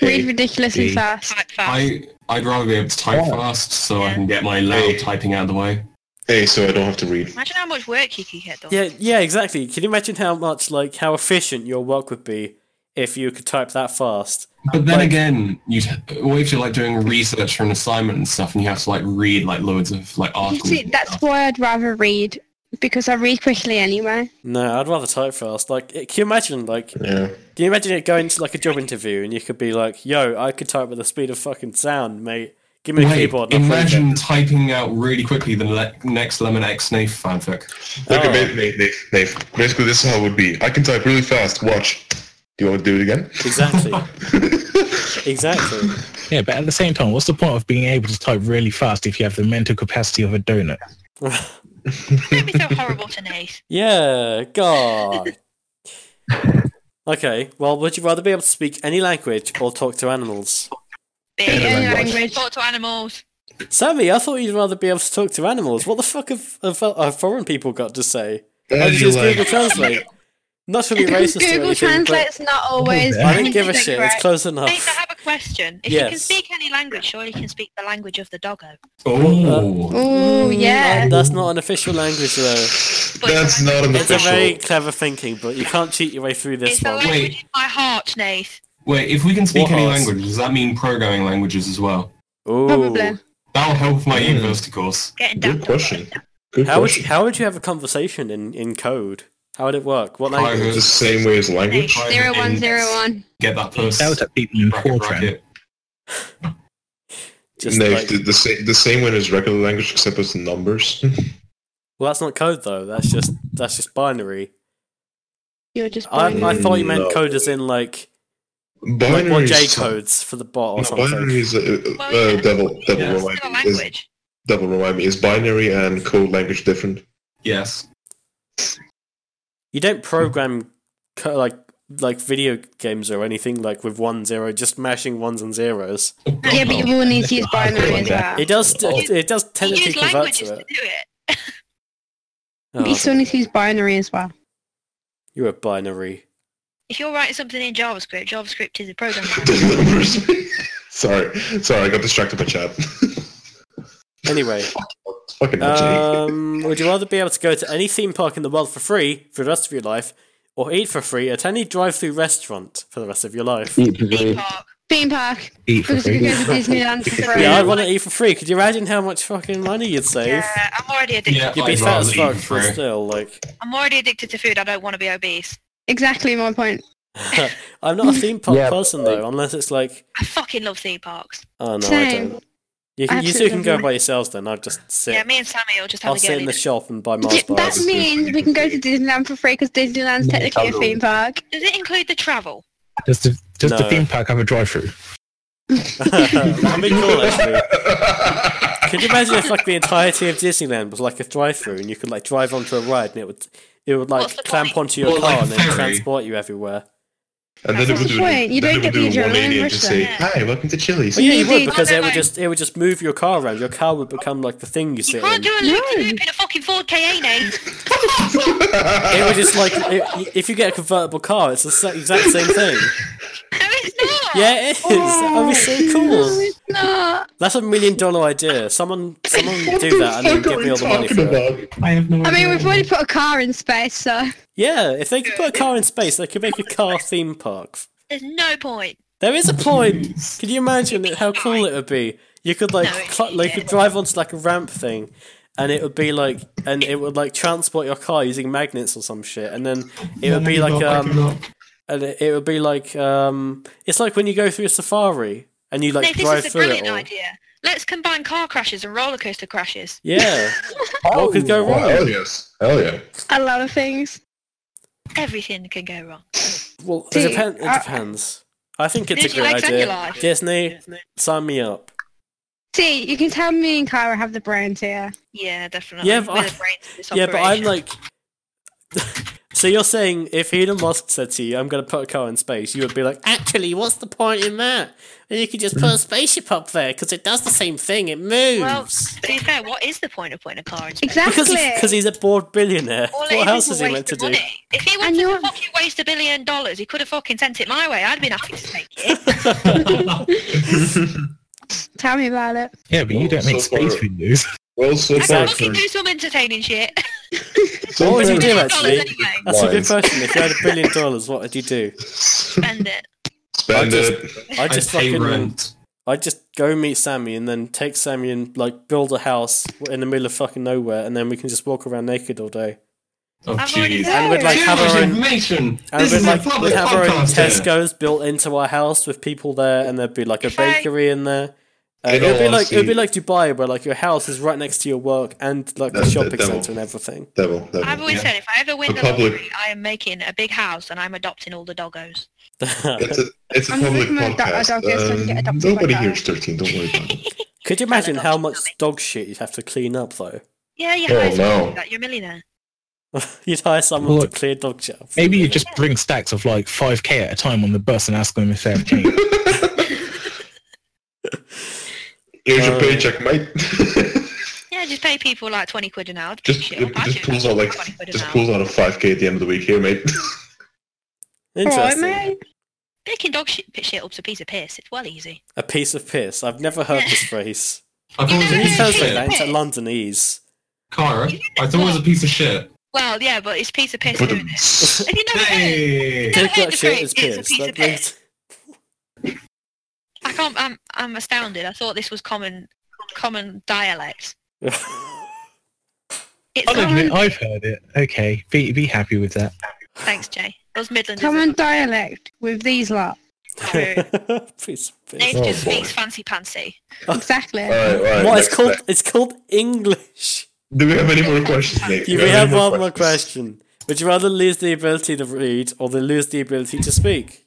Read ridiculously Hey. fast. Type fast. I, I'd rather be able to type Yeah. fast so I can get my loud typing out of the way. Hey, so I don't have to read. Imagine how much work you could get done. Yeah, yeah, exactly. Can you imagine how much, like, how efficient your work would be if you could type that fast? But then Like- again, you'd what if you're like doing research for an assignment and stuff, and you have to like read like loads of like You articles. see, and that's stuff? why I'd rather read because I read quickly anyway. No, I'd rather type fast. Like, it- can you imagine, like, Yeah. can you imagine it going to, like, a job interview and you could be like, yo, I could type with the speed of fucking sound, mate. Give me a Wait, keyboard. and I'll prove imagine it." typing out really quickly the le- next Lemon X Snafe fanfic. Look Oh. at Nate, Nate, Nate, Nate. Basically, this is how it would be. I can type really fast. Watch. Do you want to do it again? Exactly. exactly. Yeah, but at the same time, what's the point of being able to type really fast if you have the mental capacity of a donut? Don't be so horrible to Nate. Yeah, God. okay, well, would you rather be able to speak any language or talk to animals? Big Any language. language. Talk to animals. Sammy, I thought you'd rather be able to talk to animals. What the fuck have, have, have foreign uh, people got to say? How And did you're you use like, Google Translate? Not to be racist or Google anything, but Translate's not always. I don't give a shit. It's correct. close Mate, I enough. have a question. If you can Oh. Yes. speak any language, surely you can speak the language of the doggo. Oh, Oh yeah. And Mm, that's not an official language, though. But That's not an It's a official. very clever thinking, but you can't cheat your way through It's this the one. language Wait. in my heart, Nath. wait. If we can speak What any else? language, does that mean programming languages as well? Ooh. Probably. That'll help my Mm. university course. Getting down. Good question. Good How would you, question. how would you have a conversation in, in code? How would it work? What Private. language? the same way as language? Zero one zero one. Get that person. That was at people in bracket, Fortran. bracket. Just no, like, the, the, sa- the same way as regular language, except it's numbers. well, that's not code though. That's just that's just binary. You're just. I, blind. I thought you meant No. code as in like like binary what is J some- codes for the bot or No, binary something. is uh, uh, Well, yeah. uh, devil. Devil Yeah. remind It's still a me. Is, language. devil remind me. Is binary and code language different? Yes. You don't program co- like like video games or anything like with one zero, just mashing ones and zeros. Yeah, but you will need to use binary as well. It does Oh. it does You technically use convert languages to to do it. it. But you still Oh, need to use binary as well. you're a binary. If you're writing something in JavaScript, JavaScript is a programming language. Delivers me. sorry, sorry, I got distracted by chat. Anyway, Fucking OJ. Um, would you rather be able to go to any theme park in the world for free for the rest of your life, or eat for free at any drive-through restaurant for the rest of your life? Eat for Theme free. park. Theme park. Eat for Because we free. go to Disneyland for free. Yeah, I'd want to eat for free. Could you imagine how much fucking money you'd save? Yeah, I'm already addicted. Yeah, You'd be I'd fat rather as eat fuck, for but free. still, like, I'm already addicted to food. I don't want to be obese. Exactly my point. I'm not a theme park Yeah, but, person though, unless it's like, I fucking love theme parks. oh no, I Same. don't. You, can, you two Absolutely can go lovely. by yourselves then. I'll just sit. Yeah, me and Sammy will just have I'll a sit go. in the Does shop and buy Mars D- that bars. means we can go to Disneyland for free because Disneyland's No, technically a totally. theme park. it include the travel? Does the does No. the theme park have a drive-through? That'd be cool actually. Could you imagine if like the entirety of Disneyland was like a drive-through and you could like drive onto a ride and it would it would like What's the clamp point? onto your Or, car like, and then ferry. transport you everywhere? and then it That's would the do, point, you then don't it would get do the a adrenaline 180 and rush just then. say, "Hi, welcome to Chili's." But yeah, you Indeed. would because it would Like- just it would just move your car around. Your car would become like the thing you You sit can't in. do a No. loop de loop in a fucking Ford Ka, Nate. It would just like it, if you get a convertible car, it's the sa- exact same thing. No, it's not. Yeah, it is. That would be Oh, so cool. No, That's a million dollar idea. Someone someone do that and then uh, give me all the money for it. I have no I mean we've already put a car in space, so Yeah, if they could put a car in space, they could make a car theme park. There's no point. There is a point. Could you imagine it, how cool it would be? You could like, No, it- cl- like you could drive onto like a ramp thing, and it would be like, and it would like transport your car using magnets or some shit, and then it would be like um, and it, it would be like um, it's like when you go through a safari and you like Nate, drive this is a through it brilliant all. idea. Let's combine car crashes and roller coaster crashes. Yeah, what could go Oh, hell wrong? yes, hell yeah. a lot of things. Everything can go wrong. Well, See, it, depend- it I- depends. I think it's a Disney great likes any idea. life. Disney, sign me up. See, you can tell me and Kyra have the brains here. Yeah, definitely. Yeah, but We're the I- brains of this Yeah, but I'm operation. like. so you're saying if Elon Musk said to you, "I'm going to put a car in space," you would be like, "Actually, what's the point in that? And you could just put a spaceship up there because it does the same thing. It moves." Well, to be fair, what is the point of putting a car in space? Exactly. because he- 'cause he's a bored billionaire. All it what else a is he waste meant to of do? money. If he And wanted you're- to fucking waste a billion dollars, he could have fucking sent it my way. I'd been happy to take it. tell me about it. Yeah, but you don't So make far- space videos. Well, so I far, can Exactly. fucking do some entertaining shit. so What would you far- do, Dollars actually? anyway. That's a good Wise. question. If you had a billion dollars, what would you do? Spend it. Spend I just- it. I I just pay fucking, rent. I'd just go meet Sammy and then take Sammy and like build a house in the middle of fucking nowhere, and then we can just walk around naked all day. Oh, I've already jeez. said- And we'd like Too have much our own information. And This we'd is a like we'd public have our own podcast. here. Tesco's built into our house with people there, and there'd be like a If I- bakery in there. Uh, In it would all be like it would be honesty- like Dubai, where like your house is right next to your work and like the That's the shopping devil. centre and everything. Devil, devil. I've always Yeah. said if I ever win The the, public- lottery, I am making a big house and I'm adopting all the doggos. It's a it's a I'm public gonna adopt- podcast. adopt this and get Um, adopted by nobody Kyle. hears thirteen. Don't worry about it. Could you imagine how much Sammy. dog shit you'd have to clean up though? Yeah, you Oh, hire someone to no. do that. You're a millionaire. you'd hire someone Look, to clear dog shit. Up. Maybe you just bring stacks of like 5k at a time on the bus and ask them if they have change. Here's your Uh, paycheck, mate. Yeah, just pay people like 20 quid an hour. to pick just shit up. I just do pulls that out for like 20 quid an just hour. pulls out a five k at the end of the week. Here, mate. Alright, Interesting. mate. Picking dog shit, shit up's a piece of piss. It's well easy. a piece of piss. I've never heard this phrase. I thought it was a Can you piece of translate that shit. into Londonese? Cara, I thought it was a piece of shit. Well, yeah, but it's piece of piss. But, Isn't um, it? Have you never heard it? Hey! Yeah, Dick it's that a shit phrase. is It's a piss. piece That of brings- I can't. I'm. I'm astounded. I thought this was common, common dialect. It's I don't common. think I've heard it. Okay, be be happy with that. Thanks, Jay. Those Midlanders. Common dialect with these lot. Piece of piss. Dave Oh, just boy. speaks fancy pantsy. Oh. Exactly. Alright, alright. What it's next- called? next. It's called English. Do we have any more questions, Nick? You we have one more question. Would you rather lose the ability to read or then lose the ability to speak?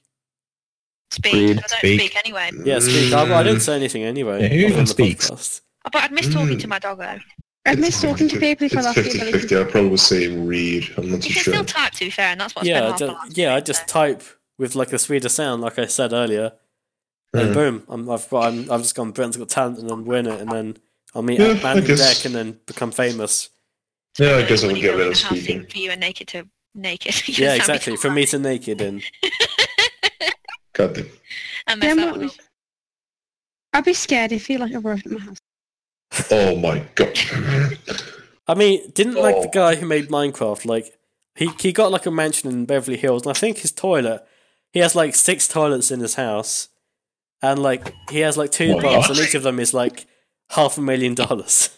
Speak. Read, I don't speak. speak, anyway. Yeah, speak. I, I didn't say anything anyway. Yeah, who on even the speaks? podcast. Oh, But I'd miss talking Mm. to my doggo. I miss talking to people if I It's lost the 50 ability. 50. I probably would say read. I'm not too You can sure. still type, to be fair, and that's what's Yeah, been I hard. ju- for last yeah. I week, just so. type with like a sweeter sound, like I said earlier, and Mm. boom, I'm, I've got. I'm, I've just gone. Britain's Got Talent, and then win it, and then I'll meet Yeah, I Andy guess. Deck, and then become famous. Yeah, I guess I When would you get go rid in of the house, even speaking. For you and naked to naked. You Yeah, sound exactly. From me to naked, and God damn. And mess Then that what one up. was- I'd be scared if you like arrived at my house. Oh my god. I mean, didn't like the Oh. guy who made Minecraft. Like he he got like a mansion in Beverly Hills, and I think his toilet. He has like six toilets in his house, and like he has like two What? baths, and each of them is like half a million dollars.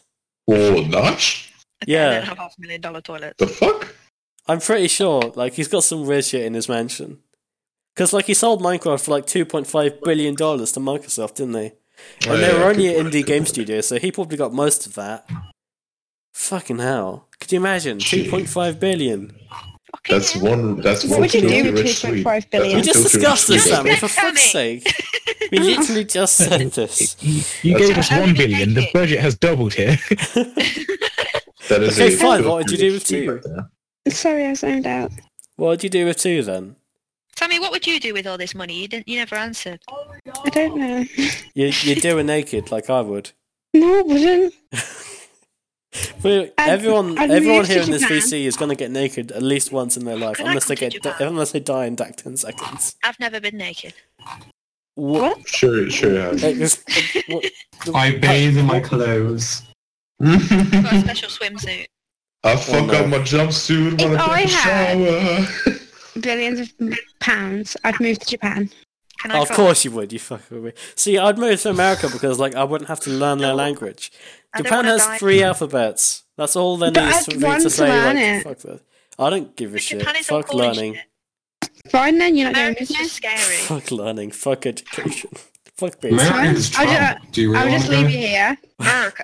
Whoa, Notch? Okay, I don't Yeah. have half a million dollar toilet. Oh, The fuck? I'm pretty sure like he's got some weird shit in his mansion. Because like he sold Minecraft for like two point five billion dollars to Microsoft, didn't they? And they Yeah, were only an good indie point, game good point. studio, so he probably got most of that. Fucking hell! Could you imagine two point five billion? Fucking That's hell. one. That's What one would you do filthy with rich 2.5 tweet. That's billion? We one Yeah. just filthy discussed rich this, tweet, I Sammy, think. for fuck's sake. We literally just said this. You, you That's- gave us one billion. The budget has doubled here. That is Okay, fine, a filthy what would you do with tweet two? right there. Sorry, I was zoned out. What'd you do with two then? Sammy, what would you do with all this money? You didn't. You never answered. I don't know. You you do it naked like I would. No, I wouldn't. But I'd- everyone I'd everyone move to here in this Japan. VC is gonna get naked at least once in their life, Can I unless they come to get di- Japan? unless they die in like ten seconds. I've never been naked. What? Sure, sure. yeah. Like, this- what- I bathe in my clothes. I've got a special swimsuit. I fuck Oh, no. up my jumpsuit when If I I take a shower. had- Billions of pounds. I'd move to Japan. Can I? of try? course you would, you fucking would. See, I'd move to America because like I wouldn't have to learn their language. I don't Japan wanna has die. three alphabets. That's all there But needs I'd for me want to to say learn like it. fuck that. I don't give a shit. Japan is all Fuck cool and learning. shit. Fine then, you're not going America's with just me. scary. Fuck learning. Fuck education. Fuck basic. Americans I'll ju- Trump. Do you really I'll want just to leave you go? here. America.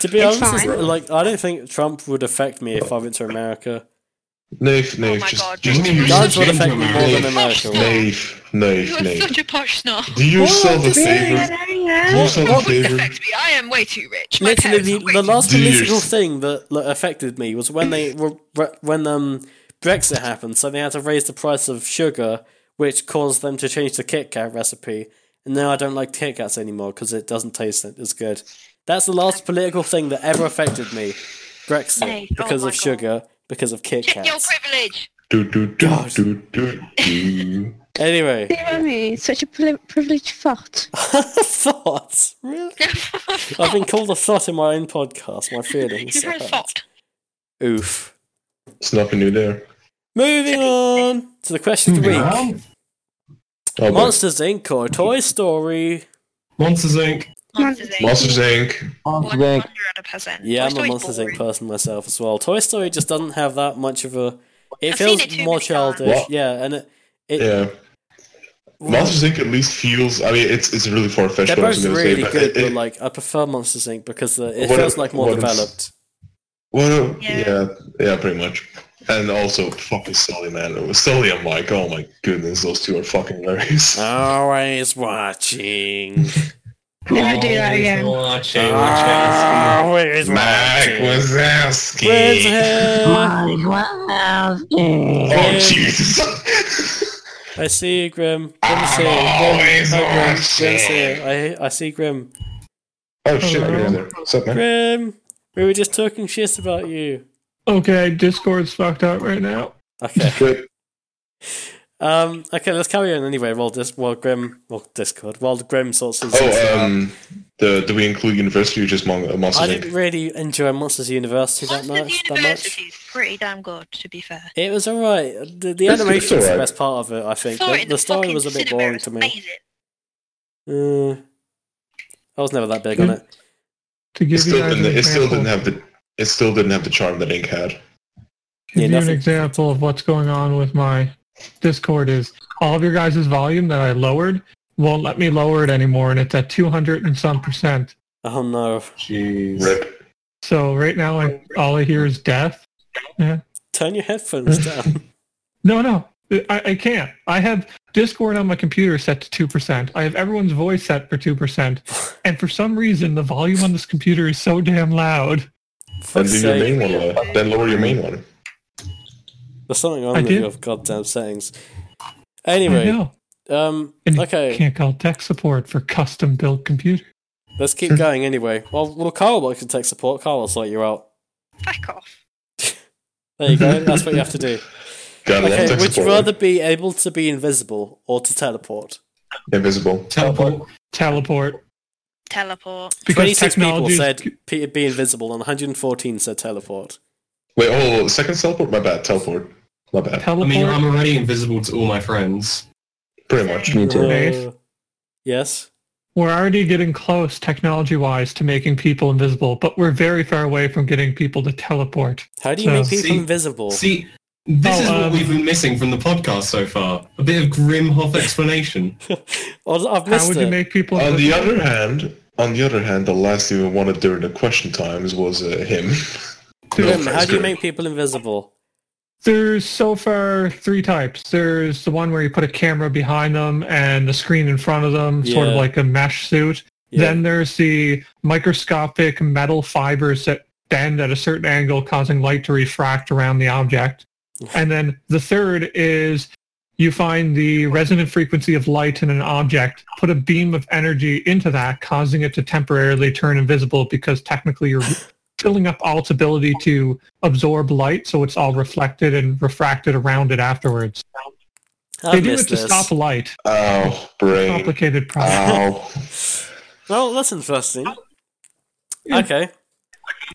To be It's honest, it's- fine. like I don't think Trump would affect me if I went to America. Nave, Oh Nave, my God, just, just James. do you- Guns would James affect me more America. than America. would. Nave, Nave, You are Nave. such a posh snob. Do yourself a What? favor. Do yourself a What would favor. affect me? I am way too rich. My Literally, parents the, are way the too- last Dear. political thing that, that affected me was when they were- re- when um Brexit happened. So they had to raise the price of sugar, which caused them to change the Kit Kat recipe. And now I don't like Kit Kats anymore because it doesn't taste as good. That's the last political thing that ever affected me. Brexit Nay, oh because my of God. sugar, because of Kit Check your Kats. privilege. Do, do, do, do, do, do. Anyway, See what I mean? Such a pri- privileged thought. thoughts really. I've been called a thought in my own podcast. My feelings. You're a are thought. hurt. Oof. It's nothing new there. Moving on to the question of the week: Yeah. Oh, boy. Monsters Inc. or Toy Story? Monsters Inc. Monsters Inc. Monsters Inc. Monsters Inc. 100%. Yeah, Toy I'm a Story's Monsters Inc. boring. person myself as well. Toy Story just doesn't have that much of a. It I've feels seen it too more many childish. times. What? Yeah, and it. it Yeah. Monsters Inc. at least feels. I mean, it's it's really far fetched. They're what I was both going to really say, but good, it, but it, like I prefer Monsters Inc. because uh, it What feels if- like more what if- developed. well, Yeah. yeah. yeah, pretty much. And also, fucking Sully, man. It was Sully and Mike. Oh my goodness, those two are fucking hilarious. Uh, Always watching. Never do that again. again. Always Mike watching. Wazowski. With him. Oh Jesus! I see you, Grim. Grim's here. Grim. always Hi, Grim. Grim's watching. here. I, I see Grim. oh shit! I got there. What's up, man? Grim, we were just talking shit about you. okay, Discord's fucked up right now. Okay. Good. Um, okay, let's carry on anyway. While this, while Grim, well, Discord, while Grim sorts of. Oh, um, the, do we include university or just mon- uh, I Monsters didn't Inc? really enjoy Monsters University that much. That much. University is pretty damn good, to be fair. It was alright. The, the It's- it's animation's the alright. best part of it, I think. Saw it The, in the story fucking was a bit cinema, it boring was to me. amazing. Mm. I was never that big on it. To It give you still, guys didn't, an it still didn't example, have the it still didn't have the charm that Ink had. give Yeah, you an nothing. example of what's going on with my Discord is all of your guys' volume that I lowered won't let me lower it anymore, and it's at 200 and some percent. Hmm. Oh no. Jeez. Rip. So right now, I, all I hear is death. Turn your headphones down. No, no, I, I can't. I have Discord on my computer set to two percent. I have everyone's voice set for two percent, and for some reason, the volume on this computer is so damn loud. Then Fuck's do your sake. main one lower. Then lower your main one. There's something I wrong with did. your goddamn settings. I Anyway, know. um, And you okay, can't call tech support for custom built computers. let's keep going anyway. Well, well, Carl wants to take support. Carl will sort you out. Back off. There you go. That's what you have to do. God, I love Okay, tech would you support. rather be able to be invisible or to teleport? Invisible. Teleport. Teleport. Teleport. Because 26 people technology is- said p- be invisible and 114 said teleport. Wait, hold on. Second teleport? My bad. Teleport. My bad. I teleport. mean, I'm already invisible to all my friends. Pretty much. Me too. Nice. Uh, yes. we're already getting close technology wise to making people invisible, but we're very far away from getting people to teleport. How do you So- make people See- invisible? See, this Oh, is what um, we've been missing from the podcast so far. A bit of Grimhoff explanation. Oh, I've How missed would it. you make Uh, people On the invisible? other hand, on the other hand, the last thing we wanted during the question times was uh, him. No Grim, how offense, do you Grim. make people invisible? There's so far three types. There's the one where you put a camera behind them and a screen in front of them, sort of Yeah. like a mesh suit. Yeah. Then there's the microscopic metal fibers that bend at a certain angle, causing light to refract around the object. And then the third is you find the resonant frequency of light in an object, put a beam of energy into that, causing it to temporarily turn invisible because technically you're filling up all its ability to absorb light so it's all reflected and refracted around it afterwards. I've they do it missed to this. stop light. Ow, brain. Complicated problem. Ow. Well, that's interesting. Okay.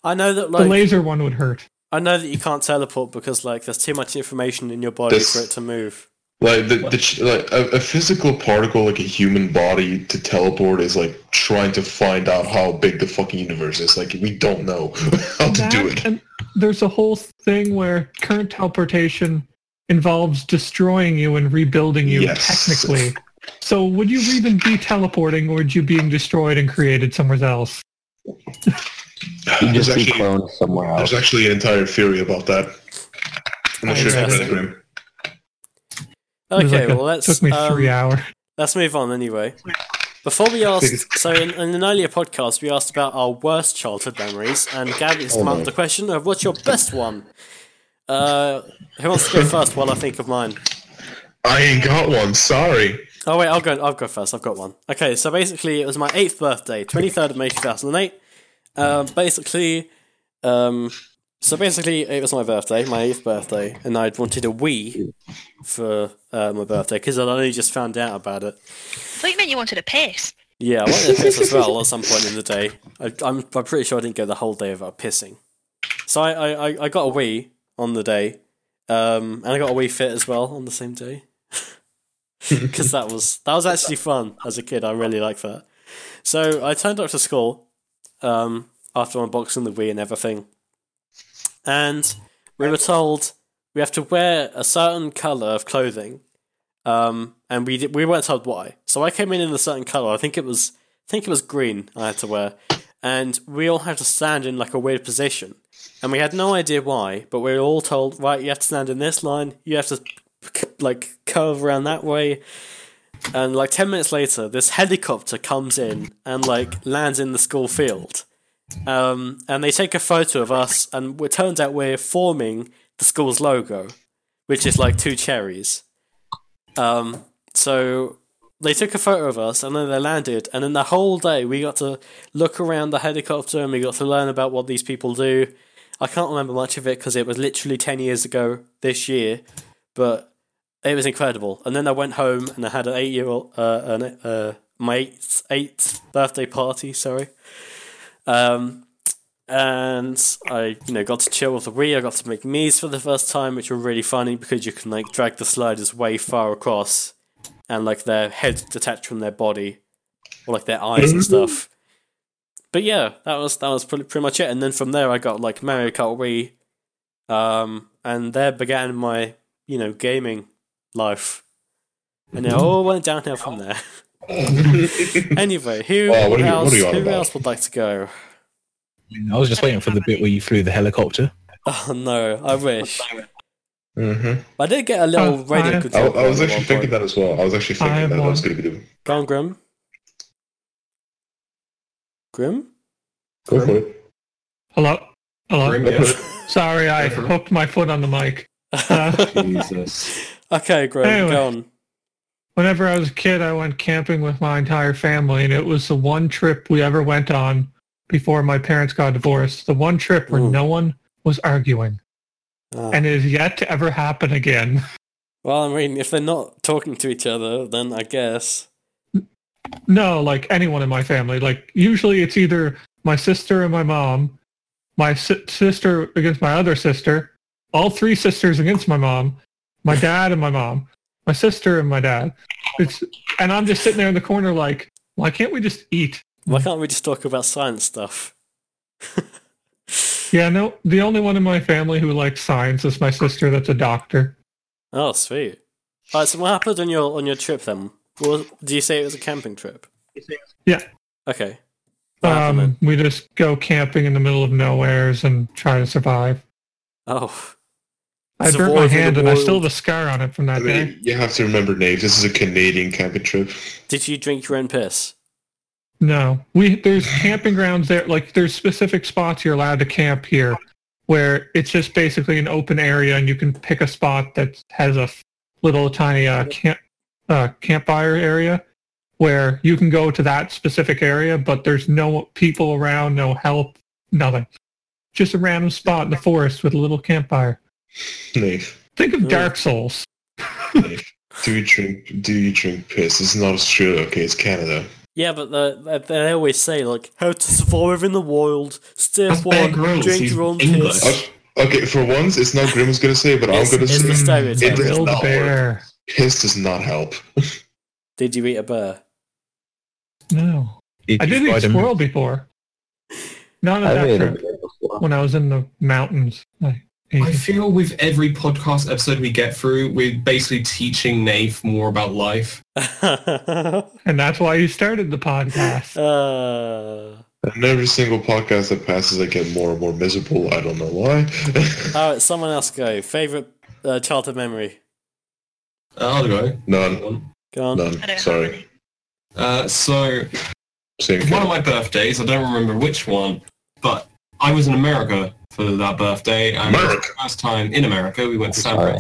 I know that the like laser one would hurt. I know that you can't teleport because like there's too much information in your body This- for it to move. Like the, the ch- like a, a physical particle, like a human body, to teleport is like trying to find out how big the fucking universe is. Like we don't know how to do That it. And there's a whole thing where current teleportation involves destroying you and rebuilding you Yes. technically. So would you even be teleporting or would you being destroyed and created somewhere else? You There's just be actually, cloned somewhere there's else. actually an entire theory about that. I'm not sure if you read it, Grim. It was Okay, like a- well let's took me um, three hours. let's move on anyway. Before we asked, so in, in an earlier podcast, we asked about our worst childhood memories, and Gabby's come up with the question of what's your best one? Uh, who wants to go first while I think of mine? I ain't got one. Sorry. Oh wait, I'll go. I'll go first. I've got one. Okay, so basically, it was my eighth birthday, twenty third of May two thousand and eight. Um, basically, um, so basically, it was my birthday, my eighth birthday, and I'd wanted a Wii for uh, my birthday because I'd only just found out about it. So you meant you wanted a piss? Yeah, I wanted to piss as well at some point in the day. I, I'm, I'm pretty sure I didn't go the whole day without pissing. So I, I, I- I got a Wii on the day, um, and I got a Wii Fit as well on the same day. Because that was that was actually fun as a kid. I really liked that. So I turned up to school um, after unboxing the Wii and everything, and we were told we have to wear a certain color of clothing um, and we did, we weren't told why. So I came in in a certain color. I think it was I think it was green. I had to wear, and we all had to stand in like a weird position, and we had no idea why. But we were all told, right, you have to stand in this line. You have to like curve around that way. And like ten minutes later, this helicopter comes in and like lands in the school field. Um, and they take a photo of us, and it turns out we're forming the school's logo, which is like two cherries. Um, so they took a photo of us and then they landed, and then the whole day we got to look around the helicopter and we got to learn about what these people do. I can't remember much of it because it was literally 10 years ago this year, but It was incredible. And then I went home and I had an eight year old, uh, an, uh, my eighth, eighth birthday party, sorry. Um, and I, you know, got to chill with the Wii. I got to make Mii's for the first time, which were really funny because you can like drag the sliders way far across, and like their heads detach from their body, or like their eyes and stuff. Mm-hmm. But yeah, that was that was pretty pretty much it. And then from there, I got like Mario Kart Wii, um, and there began my you know gaming life, and it all went downhill from there. Mm-hmm. anyway, who Oh, what are you- else? what are you on who about? else would like to go? I was just waiting for the bit where you flew the helicopter. Oh no, I wish. hmm I did get a little Oh, radio I- I, control. I was at one actually thinking point. that as well. I was actually I thinking have that I was one. going to be doing. Go on, Grim. Grim? Go for it. Hello? Hello? Grim, Go yeah. for it. Sorry, I hooked my foot on the mic. Uh, Jesus. okay, Grim, Anyway. go on. whenever I was a kid, I went camping with my entire family, and it was the one trip we ever went on before my parents got divorced. The one trip where Ooh. no one was arguing, Ah. and it is yet to ever happen again. well, I mean, if they're not talking to each other, then I guess. No, like anyone in my family. Like usually, it's either my sister and my mom, my si- sister against my other sister, all three sisters against my mom, my dad and my mom, my sister and my dad. It's and I'm just sitting there in the corner, like, why can't we just eat? Why can't we just talk about science stuff? Yeah, no, the only one in my family who likes science is my sister that's a doctor. Oh, sweet. Alright, so what happened on your on your trip then? Was, do you say it was a camping trip? Yeah. Okay. What happened Um, then? we just go camping in the middle of nowheres and try to survive. Oh. I burnt Survive my in the hand and I still wild. have a scar on it from I that day. mean, you have to remember, Nave, this is a Canadian camping trip. Did you drink your own piss? No, we there's camping grounds there. Like there's specific spots you're allowed to camp here, where it's just basically an open area and you can pick a spot that has a f- little tiny uh, camp uh, campfire area where you can go to that specific area, but there's no people around, no help, nothing. Just a random spot in the forest with a little campfire. Nave, Think of Mm. Dark Souls. do you drink? Do you drink piss? It's not Australia, okay? It's Canada. Yeah, but the, they they always say like how to survive in the wild, step That's Bear one, Grylls, drink he's your own English. piss. Okay, okay, for once, it's not Grim who's going to say, but It's, I'm going to it's say the stereotype. It- Build a not bear. piss does not help. Did you eat a bear? No. I did eat squirrel before. Not on I've that ate a trip. bear before. when I was in the mountains. I ate I it. feel with every podcast episode we get through, we're basically teaching Nave more about life. uh, and that's why you started the podcast. Uh, And every single podcast that passes, I get more and more miserable. I don't know why. all right, someone else go. Favorite uh, childhood memory? I'll go. none, Go on. I don't none. have Sorry, any. Uh, so same. one of thing. my birthdays, I don't remember which one, but I was in America for that birthday. And it was America. the first time in America, we went to San Sorry.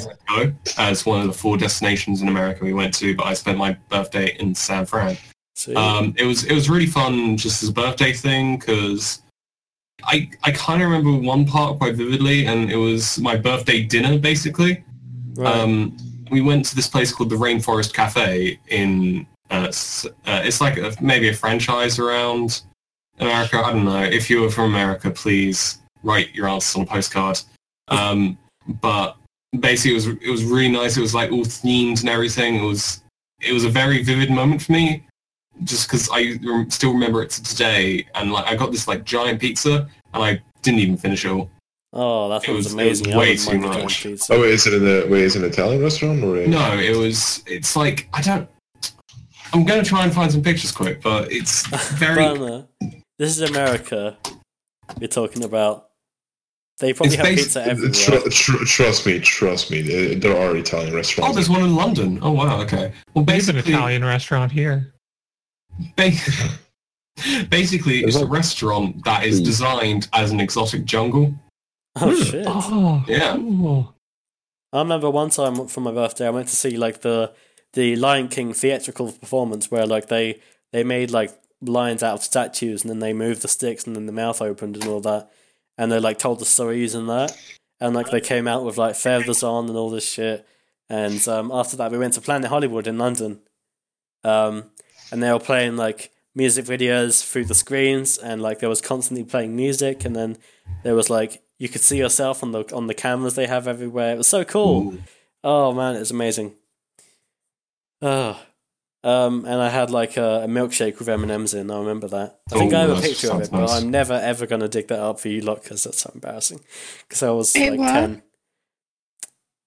Francisco as one of the four destinations in America we went to, but I spent my birthday in San Fran. Sweet. Um, it was it was really fun, just as a birthday thing, because I I kind of remember one part quite vividly, and it was my birthday dinner basically. right. Um, we went to this place called the Rainforest Cafe in uh, s- uh, it's like a, maybe a franchise around America. I don't know. If you were from America, please write your answers on a postcard. Um, but basically, it was it was really nice. It was like all themed and everything. It was it was a very vivid moment for me, just because I rem- still remember it to today. And like I got this like giant pizza, and I didn't even finish it all. oh, that it sounds was- it was amazing. way I wouldn't too mind a giant much. pizza. Oh wait, is it in the wait? Is it an Italian restaurant or? A, No, it was. It's like I don't. I'm gonna try and find some pictures quick, but it's very. Burma, uh, this is America. We're talking about. They probably It's have based- pizza Tr- everywhere. tr- trust me, trust me. uh, There are Italian oh, restaurants. there's one in London. Oh wow, okay. Well, There's an basically, Italian restaurant here. ba- basically, it's a restaurant that is designed as an exotic jungle. Oh shit! Oh, Yeah. cool. I remember one time for my birthday, I went to see like the the Lion King theatrical performance where like they they made like lions out of statues and then they moved the sticks and then the mouth opened and all that, and they like told the story using that, and like they came out with like feathers on and all this shit, And um, after that, we went to Planet Hollywood in London, um, and they were playing like music videos through the screens, and like there was constantly playing music, and then there was like you could see yourself on the on the cameras they have everywhere. It was so cool. Oh man, it was amazing. Oh. Um, and I had like a, a milkshake with M and M's in. I remember that. I think Oh, I have a nice. picture of Sounds it, but nice. I'm never ever gonna dig that up for you lot because that's so embarrassing. Because I was Hey, like what? ten.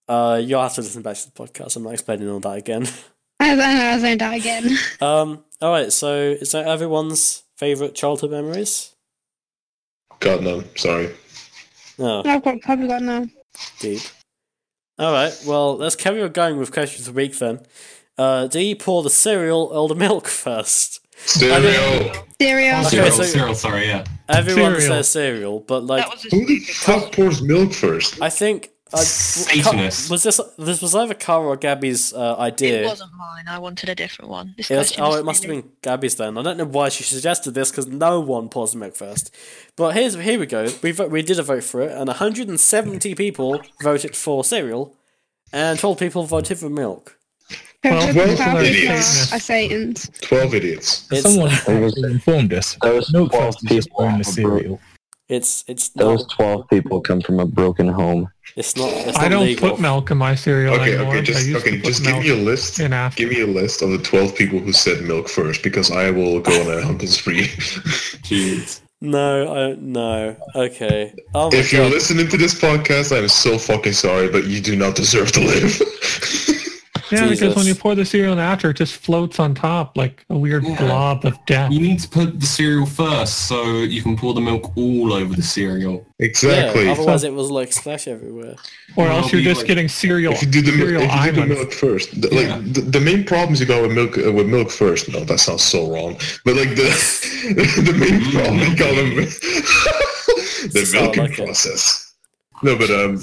Uh, you'll have to listen back to the podcast. I'm not explaining all that again. I don't know, I zoned out again. Um, all right. So, is that everyone's favorite childhood memories? God no, sorry. No, I've got, probably got no. deep. All right. Well, let's carry on going with questions of the week then. Uh, do you pour the cereal or the milk first? Stereo. Cereal. Okay, Cyril, so- Cyril, sorry, yeah. Everyone Cereal. says cereal, but like That was a Who the stupid fuck pours milk first? I think uh, w- Ca- Satanist. was this this was either Carl or Gabby's uh, idea. It wasn't mine. I wanted a different one. This It was- question oh, is it must have silly. been Gabby's then. I don't know why she suggested this because no one paused the milk first. But here's here we go. We vo- we did a vote for it, and 170 people voted for cereal, and 12 people voted for milk. Well, Favorite well, childhood it memory is. are Satan's. Twelve idiots. It's Someone actually informed us. There was Milk 12 first is just people pouring the on the cereal. it's it's not Those 12 people come from a broken home. it's not it's I not don't legal. put milk in my cereal Okay, anymore. okay, I just used okay, to put just give milk me a list. in after. Give me a list of the twelve people who said milk first, because I will go on a hunting spree. Oh Jeez. No, I, no. Okay. Oh my if you're god. listening to this podcast, I'm so fucking sorry, but you do not deserve to live. Yeah, Jesus. because when you pour the cereal in after, it just floats on top like a weird Yeah. blob of death. You need to put the cereal first so you can pour the milk all over the cereal. exactly. Yeah, otherwise it was like splash everywhere. Or Well, else you're we just like- getting cereal, if you do the, mil- cereal if you do the islands. milk first, the, like Yeah. the, the main problems you got with milk uh, with milk first. No, that sounds so wrong. But like the the main problem you got with the Mm. Sound milking like it. process. No, but um,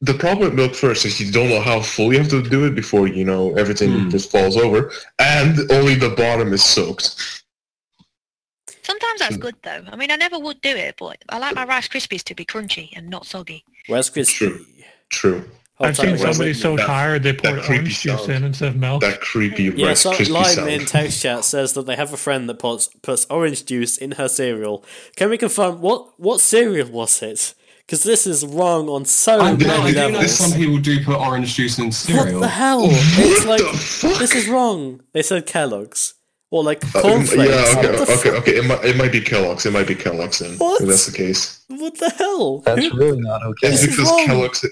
the problem with milk first is you don't know how full you have to do it before you know everything Hmm. just falls over, and only the bottom is soaked. Sometimes Hmm. that's good though. I mean, I never would do it, but I like my Rice Krispies to be crunchy and not soggy. Where's True. Crispy? True, Hold I've tight, seen wait a somebody minute. so That- tired they poured creepy orange juice sound. in instead of milk. that creepy Yeah, Rice so crispy Lime in sound. text chat says that they have a friend that puts puts orange juice in her cereal. Can we confirm what what cereal was it? Because this is wrong on so I, many no, I do know levels. some people do put orange juice in what cereal. the hell? It's What like the fuck? this is wrong. They said Kellogg's or like Uh, cornflakes. yeah, what, okay, the okay, okay. It might, it might be Kellogg's. It might be Kellogg's then. What? If that's the case. fu- what the hell? That's Who- really not okay. This It's is because wrong. Kellogg's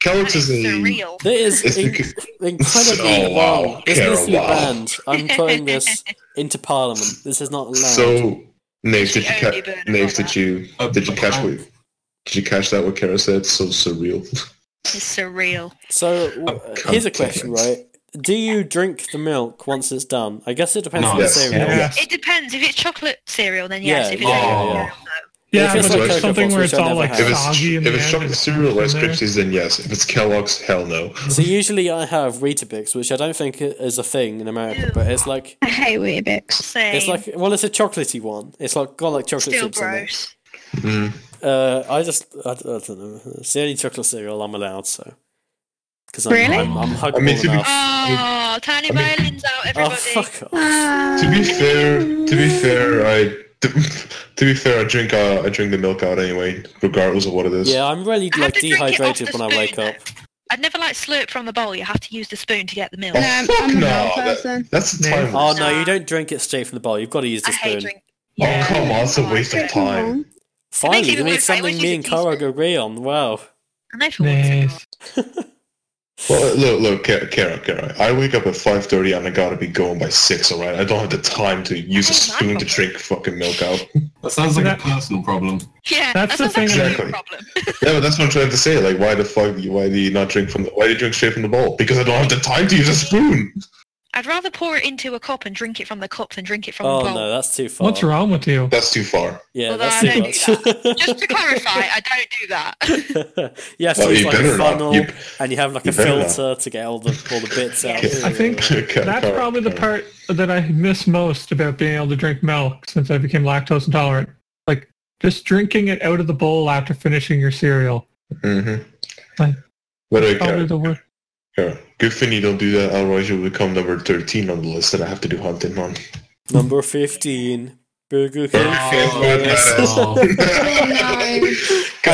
Kellogg's is a Surreal. That is It's in- because- incredibly Oh, wow. wrong. This needs to be Carol, wow. banned. I'm putting this into Parliament. This is not allowed. so. Nave, did you She only catch? burned Nave, rubber. did you A- did you a catch plant. what? Did you catch that? What Kara said? So surreal. It's surreal. So w- uh, Oh, here's a God. question, right? Do you drink the milk once it's done? I guess it depends No. on the Yes. cereal. Yes. It depends. If it's chocolate cereal, then yes. Yeah, if it's yeah, oatmeal yeah, cereal, Yeah, If but it's it's like Cocoa something Pops, where which it's I all never like had. If soggy it's in if the it's end chocolate and cereal, Rice in there. Krispies, then yes. If it's Kellogg's, hell no. So usually I have Weetabix, which I don't think i- is a thing in America, but it's like I hate Weetabix. Same. it's like well, it's a chocolatey one. It's like got like chocolate Still chips in it. gross. Mm. Uh, I just I, d- I don't know. It's the only chocolate cereal I'm allowed, so because I'm, Really? I'm I'm huggable I mean, to be- enough. Oh, tiny I mean- violins out, Oh everybody. fuck off! Ah. To be fair, to be fair, I to, be fair, I drink uh, I drink the milk out anyway, regardless of what it is. Yeah, I'm really I have like to drink it off dehydrated the when I wake spoon, up. I'd never like slurp from the bowl. You have to use the spoon to get the milk. Oh, No, fuck I'm a no. milk that- person. that's the Yeah. time. Oh waste. no, Nah. you don't drink it straight from the bowl. You've got to use I the hate spoon. drink. oh come on, it's a Yeah. waste of time. Finally, we even made worse, I something always me use and a Kara teaspoon. agree on. Wow. I know for once I Nice. got- Well, look, look, Kara, Kara, Kara. I wake up at five thirty and I gotta be going by six. All right, I don't have the time to use a That's my spoon to problem. drink fucking milk out. That sounds like That- a personal problem. Yeah, That's the that sounds thing like that- a problem. yeah, but that's what I'm trying to say. Like, why the fuck? do you- Why do you not drink from? The, why do you drink straight from the bowl? Because I don't have the time to use a spoon. I'd rather pour it into a cup and drink it from the cup than drink it from Oh the bowl. no, that's too far. What's wrong with you? That's too far. Yeah, Although that's I don't too much. Just to clarify, I don't do that. you have to Oh, use you like a better not. funnel, You- and you have like you a better not. filter to get all the all the bits out. Yes. I think Kara, That's Kara, probably the Kara. part that I miss most about being able to drink milk since I became lactose intolerant. Like just drinking it out of the bowl after finishing your cereal. Mm-hmm. Like- But uh, okay, Probably the worst. Yeah. Good thing you don't do that, otherwise you'll become number 13 on the list that I have to do hunting on. Number 15, Burger King. Oh, I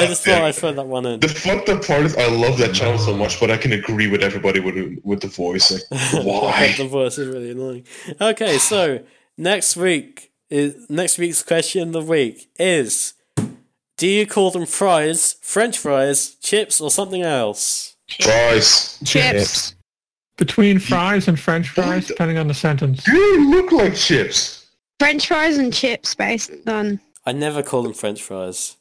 just thought I throw that one in. The fucked up part is I love that channel so much, but I can agree with everybody with with the voice. Like, why? the voice is really annoying. Okay, so next week is next week's question of the week is: Do you call them fries, French fries, chips, or something else? Fries. Chips. Between fries and French fries, depending on the sentence. They look like chips. French fries and chips based on I never call them French fries.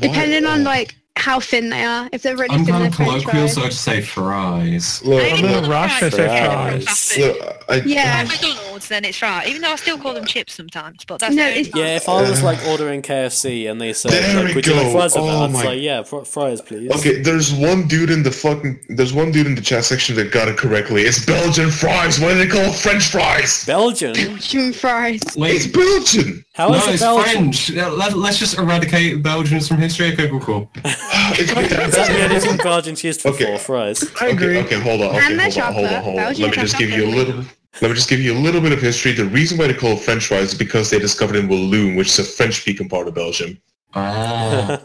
depending Oh. on like how thin they are. If they're really I'm thin, kind they're of French colloquial, fries. so I'd say fries. Look, I I'm only call not, them Ross fries says they're when fries. I go to look, I, yeah, McDonald's, then it's fries. Even though I still call them chips sometimes, but that's No, the only it's- time. Yeah, if I was like ordering KFC and they said, Uh, There like, we "Would you like go. fries with Oh that?" It's my- like, "Yeah, fr- fries, please." Okay, there's one dude in the fucking there's one dude in the chat section that got it correctly. It's Belgian fries. Why do they call it French fries? Belgian? Belgian fries. It's Wait, Belgian. How no, is it it's Belgian? French. Let, us just eradicate Belgians from history. Okay, cool, cool. It's been That's the only thing Belgians used for Okay. four fries. I agree. Okay, okay, hold on. Okay, And the hold on, hold on, chocolate. hold on. Belgian Let me just give chocolate. you a little. Let me just give you a little bit of history. The reason why they call it French fries is because they discovered in Walloon, which is a French-speaking part of Belgium. Ah.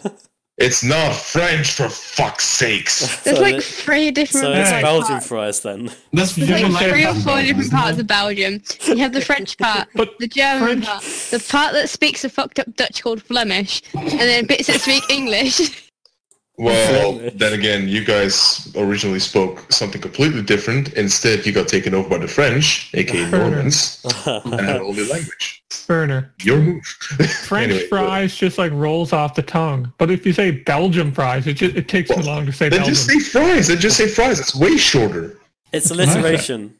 It's not French, for fuck's sakes. There's So like it- three different So it's like, Belgian parts. fries then. That's There's German like three or language, four different isn't it? parts of Belgium. You have the French part, But the German French- part, the part that speaks a fucked up Dutch called Flemish, and then bits that speak English. Well, French. then again, you guys originally spoke something completely different. Instead, you got taken over by the French, aka Normans, and had a whole new language. Burner. Your move. French Anyway, fries just like rolls off the tongue. But if you say Belgium fries, it just it takes me long to say Then Belgium. just say fries. Then just say fries. It's way shorter. It's alliteration.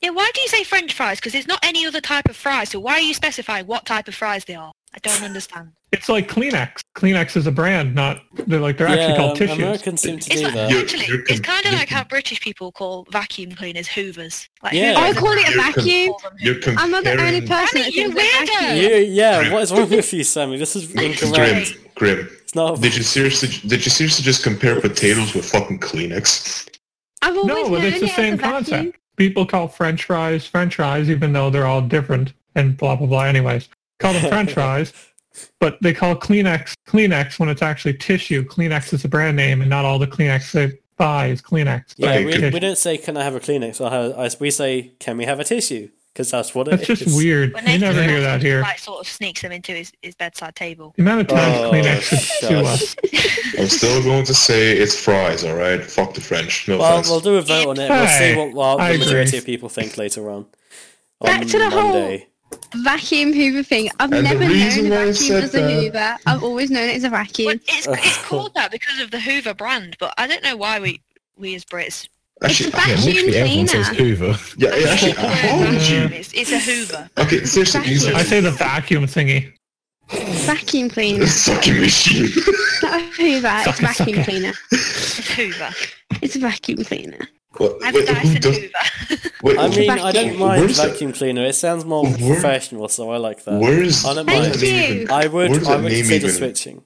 Yeah, why do you say French fries? Because it's not any other type of fries. So why are you specifying what type of fries they are? I don't understand. It's like Kleenex. Kleenex is a brand, not they're like they're actually Yeah, called um, tissues. Americans seem to It's do like, that. You're- actually, you're it's kind of confusing. like how British people call vacuum cleaners hoovers. Like, Yeah. hoovers I are- call it a You're con- vacuum. call them hoovers. You're comparing. I'm not the only person Annie, that you thinks that weirdo! vacuum. You, yeah, what is wrong with you, Sammy? This is incorrect. Grim, grim. It's not. Did you seriously? Did you seriously just compare potatoes with fucking Kleenex? I've always No, but known it's the it as a same vacuum. concept. People call French fries French fries, even though they're all different and blah blah blah. Anyways, call them French fries, but they call Kleenex Kleenex when it's actually tissue. Kleenex is a brand name, and not all the Kleenex they buy is Kleenex. Yeah, Okay, we, good. we don't say "Can I have a Kleenex?" Or how, I, we say "Can we have a tissue?" Because that's what it That's is. just weird. When You they never come hear out, that here. Like, sort of sneaks them into his, his bedside table. The amount of times Oh, Kleenex is to shush. us. I'm still going to say it's fries. All right. Fuck the French. No Well, offense. we'll do a vote on it. We'll see Hey, what well, I the majority agree. of people think later on. Back on to the whole- Monday. Vacuum Hoover thing. I've And the never known reason a why I vacuum said as a that- Hoover. I've always known it as a Well, vacuum. it's, Uh, it's called that because of the Hoover brand, but I don't know why we we as Brits. Actually, it's a okay, vacuum Literally everyone says cleaner. Hoover. yeah, yeah, actually, how would you? It's, it's a Hoover. Okay, seriously, you I said say the vacuum thingy. Vacuum cleaner. it's sucking machine. Not a Hoover. It's a Suck it, suck vacuum it. cleaner. It's Hoover. It's a vacuum cleaner. What- I have a wait, who Dyson does- Hoover. wait, I mean, I don't Vacuum. mind Where's that- vacuum cleaner. It sounds more Where- professional, so I like that. where's I don't where's mind. that Thank name you. even- I where's would. that I would name consider even- switching.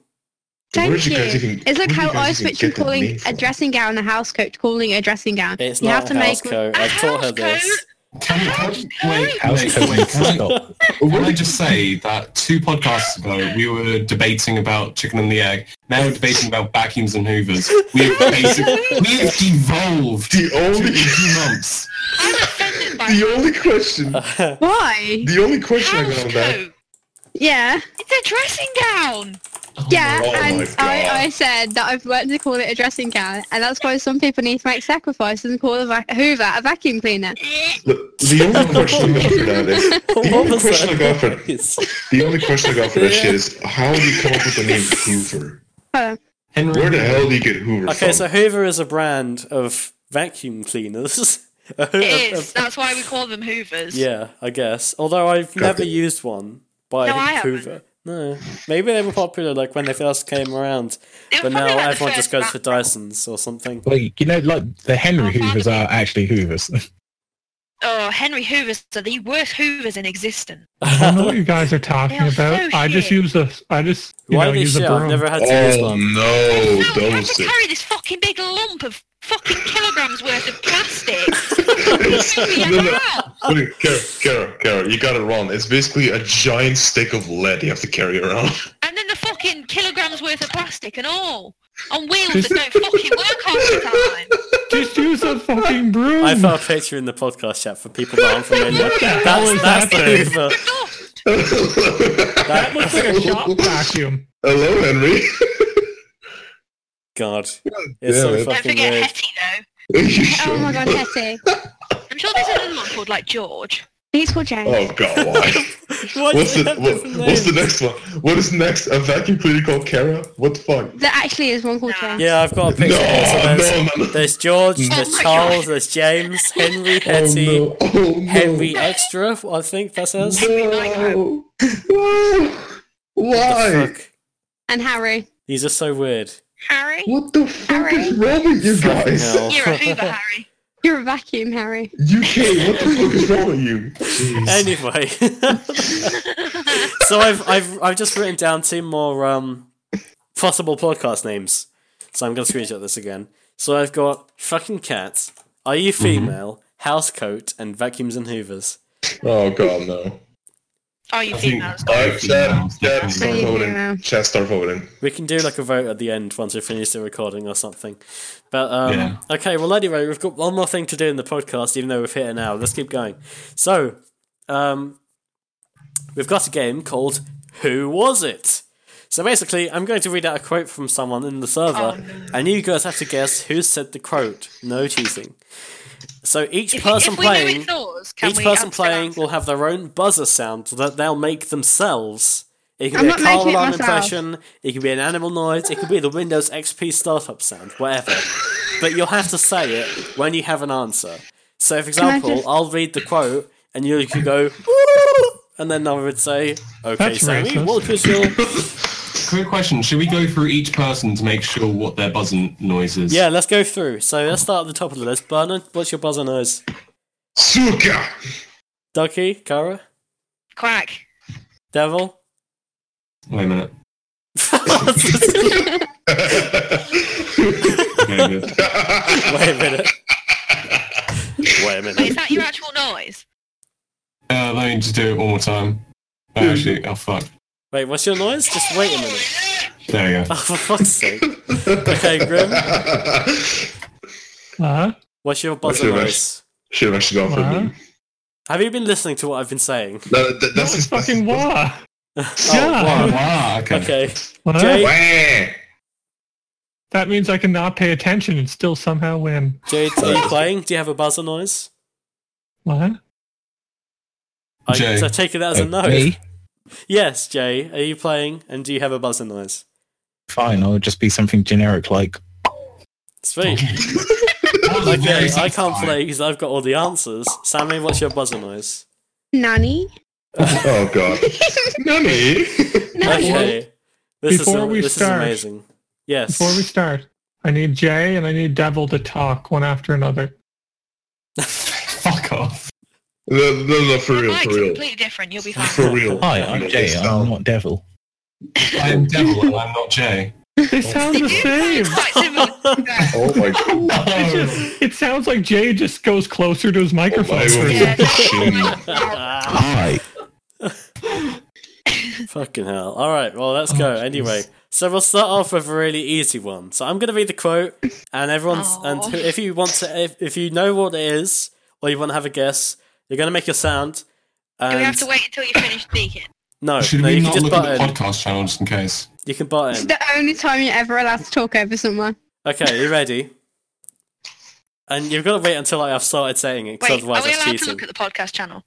Thank where'd you. you guys even- it's like where'd you how guys I even switched get from that calling name a from? dressing gown a house coat to calling it a dressing gown. It's you not have a to house make coat. A I've taught her house this. Can, can, wait, House wait, coat wait, and can I, stop. can I just say that two podcasts ago we were debating about chicken and the egg. Now we're debating about vacuums and hoovers. We've basically, we've devolved The in only, two months. I'm offended by the only question, Why? the only question I house got on that. coat. Yeah. It's a dressing gown. Yeah, Oh my and I, God. I said that I've learned to call it a dressing gown, and that's why some people need to make sacrifices and call a vac- Hoover a vacuum cleaner. Look, The only question I got for that is the What only was question I that? got for the only question I got for that shit is how do you come up with the name Hoover? Henry, Where the hell do you get Hoover Okay, from? so Hoover is a brand of vacuum cleaners. It is. That's why we call them Hoovers. Yeah, I guess. Although I've never used one by No, I haven't. Hoover. No, maybe they were popular like when they first came around, They were but now probably, like, the everyone just goes first for Dysons or something. Well, you know, like the Henry Hoovers are actually Hoovers. Oh, Henry Hoovers are the worst Hoovers in existence. I don't know what you guys are talking They are so about. I just shit. use a, I just you Why know are they use a shit? broom. I've never had to use oh one. no, no, you have those to things. carry this fucking big lump of fucking kilograms worth of plastic. no, no. Wait, Kara, Kara, Kara, you got it wrong. It's basically a giant stick of lead you have to carry around. And then the fucking kilograms worth of plastic and all. On wheels that don't fucking work half the time. Just use a fucking broom. I found a picture in the podcast chat for people that aren't familiar. What the hell That's, is that's the happening? Hoover. Oh, That looks like a shop vacuum. Hello, Henry. God. It's so man. Don't fucking forget weird. Hetty though. Oh my god, Hetty. I'm sure there's another one called like George. He's called James. Oh god, why? Why What's do the they have what, different what's the names? next one? What is next? A vacuum cleaner called Kara? What the fuck? There actually is one called James. Yeah, I've got a No, picture here. So there's, no, no, no. there's George, Oh there's my Charles, there's James, Henry, Oh Hetty, no! Oh no! Henry Extra, I think that says. No. Why? The Why? fuck? And Harry. These are so weird. Harry? What the fuck Harry? is wrong with you guys? Fucking You're a hell. Hoover, Harry. You're a vacuum, Harry. UK, what the fuck is wrong with you? Jeez. anyway, so I've I've I've just written down two more um possible podcast names. So I'm gonna screenshot this again. So I've got fucking cat. Are you Mm-hmm. female? House coat and vacuums and hoovers. Oh god, no! Are Oh, you I think- females? Alright, Chad, Chad, start Maybe, yeah. voting. Chad, start voting. We can do like a vote at the end once we finish the recording or something. But um, Yeah. okay, well anyway, we've got one more thing to do in the podcast, even though we've hit an hour. Let's keep going. So, um, we've got a game called Who Was It? So basically, I'm going to read out a quote from someone in the server, Oh. and you guys have to guess who said the quote. No cheating. So each If, person if we playing knew it's yours, can each we person abstain? playing will have their own buzzer sound that they'll make themselves. It can I'm be a not car making it alarm myself. impression, it can be an animal noise, it could be the Windows XP startup sound, whatever. but you'll have to say it when you have an answer. So, for I example, just- I'll read the quote and you can go, and then I would say, okay, That's Sammy, racist. what was your. Quick question: Should we go through each person to make sure what their buzzer noise is? Yeah, let's go through. So, let's start at the top of the list. Bernard, what's your buzzer noise? Suka. Ducky, Kara, Quack. Devil? Wait a minute. Okay, good. Wait a minute. Wait a Wait, minute. is that your actual noise? Uh, let me just do it one more time. Oh, actually, oh fuck. Wait, what's your noise? Just wait a minute. There you go. Oh, for fuck's sake. Okay, Grim, Huh? what's your What's buzzer your noise? Should have actually gone for Wow. me. Have you been listening to what I've been saying? No, that, that's That's his fucking wah. Oh, Yeah. wow. Ah, okay. Okay. What? Jay- Wah. That means I can not pay attention and still somehow win. Jade, are you playing? Do you have a buzzer noise? What? I, Jay. so I take it that as a no. Uh, Me? Yes, Jay, are you playing? And do you have a buzzer noise? Fine, I'll just be something generic like Sweet. Okay, I can't play because I've got all the answers. Sammy, what's your buzzer noise? Nanny. Oh god. Nani? Okay. This is, Before we this start- is amazing. Yes. Before we start, I need Jay and I need Devil to talk one after another. Fuck off. No, no, no, for real, Mike's for real. completely different. You'll be fine. For real. Hi, I'm Jay, I'm not devil. I'm Devil and I'm not Jay. They sound the same. It's quite similar. Oh my god. It's just, it sounds like Jay just goes closer to his microphone. my first. word. Yeah, that's Shitty. Ah, Hi. fucking hell. All right, well, let's Oh, go. Anyway, so we'll start off with a really easy one. So I'm going to read the quote, and everyone's. And Aw. who- if you want to. If, if you know what it is, or you want to have a guess, you're going to make your sound. And Do we have to wait until you finish speaking? No, Should no, we you can not just look at butt the in. podcast channel just in case? You can butt It's in. the only time you're ever allowed to talk over someone. Okay, you ready? And you've got to wait until I've started saying it, 'cause Wait, are we otherwise allowed it's to cheating. look at the podcast channel?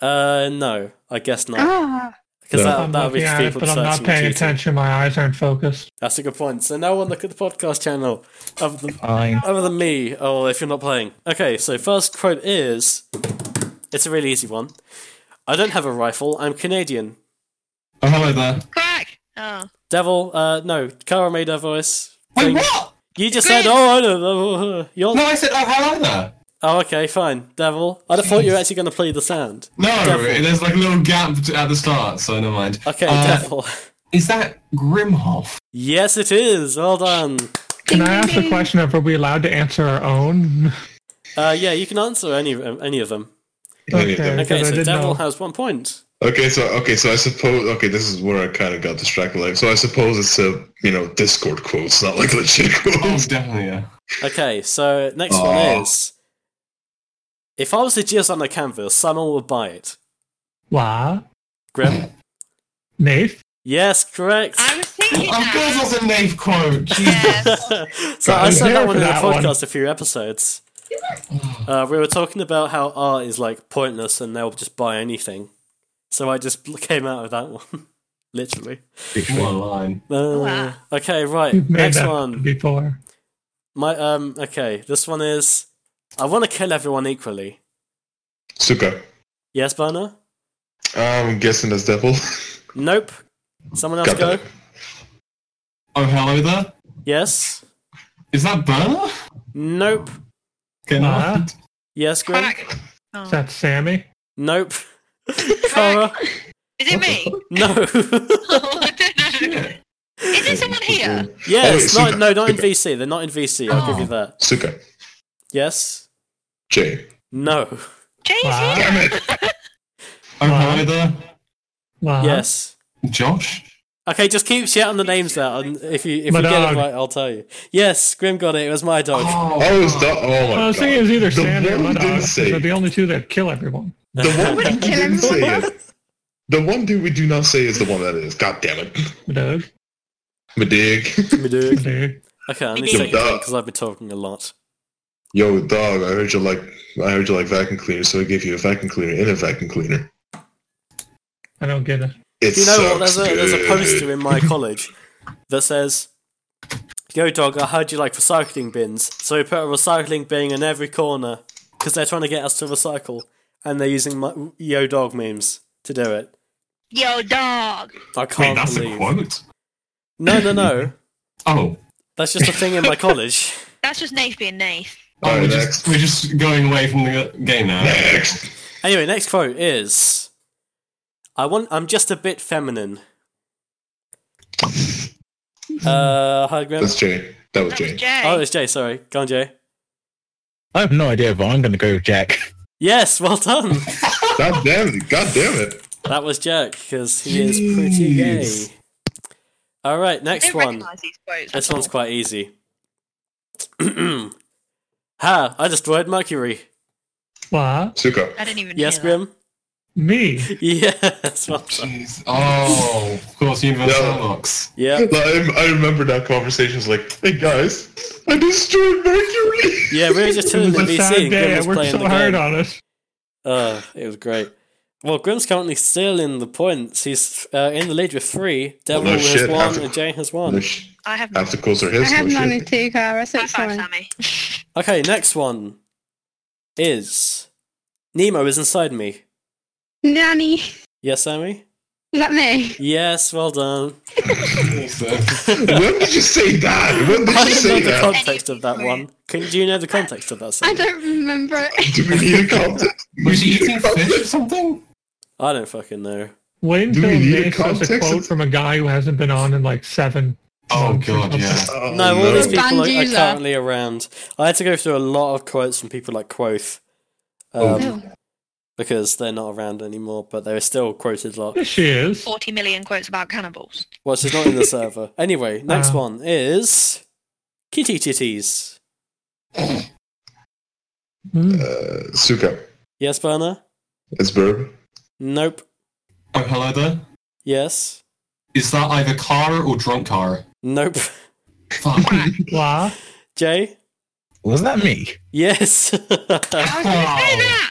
Uh, no, I guess not, Ah. because No. that I'm that would be looking at it, people but I'm not searching and paying cheating. attention. My eyes aren't focused. That's a good point. So no one look at the podcast channel other than, Fine. other than me. Oh, if you're not playing. Okay, so first quote is it's a really easy one. I don't have a rifle. I'm Canadian. Oh, hello there. Quack! Oh. Devil. Uh, no, Kara made her voice. Wait, thing. what? You just Green. said, "Oh, I don't know." uh, You're No, I said, oh, hello there. Oh, okay, fine. Devil. I thought you were actually going to play the sound. No, Devil. there's like a little gap t- at the start, so never mind. Okay, Uh, Devil. Is that Grimhoff? Yes, it is. Well done. Can I ask the question of are we allowed to answer our own? Uh, yeah, you can answer any of any of them. Okay, Okay, because I so didn't Devil know. has one point. Okay, so okay, so I suppose okay, this is where I kind of got distracted. Like, so I suppose it's a you know Discord quotes, not like legit Oh, quotes. definitely, yeah. Okay, so next one Aw. is If I was to jizz on a canvas, someone would buy it. Wow. Grim? Nath? yes, correct. I was thinking Of course, that. Oh, that's a Nave quote. Yes. so I I'm said there that one for in the that one. podcast a few episodes. Uh, we were talking about how art is like pointless and they'll just buy anything. So I just came out of that one. Literally. what a line. Uh, Wow. Okay, right. You've made Next that one. before. My um okay, this one is I wanna kill everyone equally. Suka, Yes, Burner? I'm guessing that's devil. Nope. Someone else Got go? that. Oh, hello there. Yes? Is that Burner? Nope. Can I- Uh, Yes, Grim? Quack. Oh. is that Sammy? Nope. Kara? Is it me? No. Oh, I don't know. Yeah. Is it someone here? yes, Oh, wait, not, no, not in Suka. VC. They're not in VC. I'll give you that. Suka, Yes? Jay, No. Jay's Wow. here. Oh, Wow. hello there. Wow. Yes. Josh? Okay, just keep shouting the names out, and if you if My you get dog. it right, I'll tell you. Yes, Grim got it. It was my dog. oh, it's not. Oh my Well, I god, was thinking it was the either Sammy or one who Mudog. didn't because They're say the it. only two that kill everyone. the one who Kill didn't say everyone. it. The one dude we do not say is the one that is. God damn it, Mudog. Madig. okay, Mudog. I need to Yo, take a drink dog. because I've been talking a lot. Yo, dog, I heard you like I heard you like vacuum cleaner, so I gave you a vacuum cleaner and a vacuum cleaner. I don't get it. It's You know what? There's a there's a poster in my college that says, "Yo, dog, I heard you like recycling bins, so we put a recycling bin in every corner because they're trying to get us to recycle, and they're using my, yo dog memes to do it." Yo, dog. I Wait, can't that's a believe. quote. No, no, no. Oh. That's just a thing in my college. That's just Nath being Nath. Oh, Alright, we're, just, next. we're just going away from the game now. Next. Anyway, next quote is I want I'm just a bit feminine. Uh hi Graham. That's Jay. That was That was Jay. Jay. Oh it's Jay, sorry. Go on, Jay. I have no idea, but I'm going to go with Jack. Yes, well done. God damn it! God damn it! that was Jack, because he is pretty gay. Alright, I next don't one. recognise these quotes. This at one's all. quite easy. ha, I destroyed Mercury. Wow. Suka. I didn't even Yes, hear Grim? Me. Yes, well done. Jeez. Oh, of course, Universal Yeah. Box. Yeah. I, I remember that conversation. It's like, hey guys, I destroyed Mercury. Yeah, we were just It chilling was at a VC sad and Grim day. It was worked playing so the hard game. on us. Uh, it was great. Well, Grim's currently still in the points. He's uh, in the lead with three. Devil no has shit, one after- and Jay has No one. sh- that. I have not. After calls are I his. have no none in shit. two, Cara, so High it's five, fine. Sammy. Okay, next one is Nemo is inside me. Nanny, Yes, Sammy? is that me? Yes, well done. when did you say that? When did I you don't say know the that? context of that one. Can, do you know the context of that? I Sammy? don't remember it. Do we need a context? Do we Was he need a eating fish or context? something? I don't fucking know. Wait Do we until need a Nate says a context? quote from a guy who hasn't been on in like seven. Oh, months or God, yeah. something. Oh, no, all these people are, are Banjuza. currently around. I had to go through a lot of quotes from people like Quoth. Um, Oh. Because they're not around anymore, but they're still quoted a lot. Yes, she is. 40 million quotes about cannibals. Well, she's not in the server. Anyway, next Ah. one is Kitty Titties. Hmm. Uh, Suka. Yes, Berna? It's Burb. Nope. Oh, hello there. Yes. Is that either Kara or Drunk Kara? Nope. Fuck. Wow. Jay? Was that me? Yes. I was going to say Oh.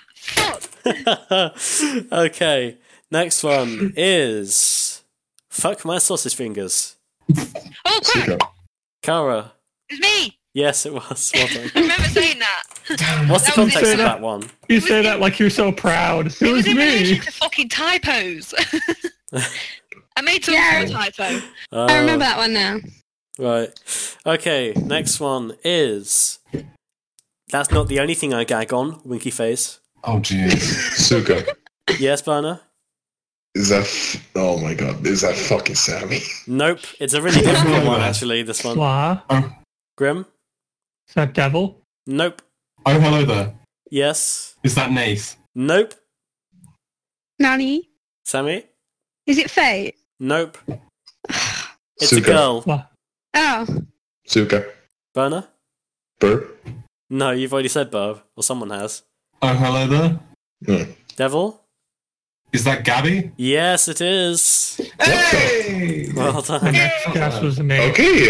that! Fuck! okay. Next one is Fuck My Sausage Fingers. Oh, crap! Suka. Kara. It's me! Yes, it was. Well done. I remember saying that. What's the That was context of it. that one? You was say in- that like you're so proud. It, It was was in me. relation to fucking typos. I made some Yeah. typo. Uh, I remember that one now. Right. Okay. Next one is. That's not the only thing I gag on. Winky face. Oh, jeez. Suka. Yes, Berna. Is that? F- oh my god! Is that fucking Sammy? Nope, it's a really difficult one actually. This one, Wow. Grim? Is that devil? Nope. Oh, hello there. Yes. Is that Nath? Nope. Nanny? Sammy? Is it Faye? Nope. It's Suka. a girl. What? Oh. Suka. Burner? Burp. No, you've already said Burb, or someone has. Oh, hello there. Hmm. Devil? Is that Gabby? Yes, it is. Hey! Well The done. next guess was the name. Okay,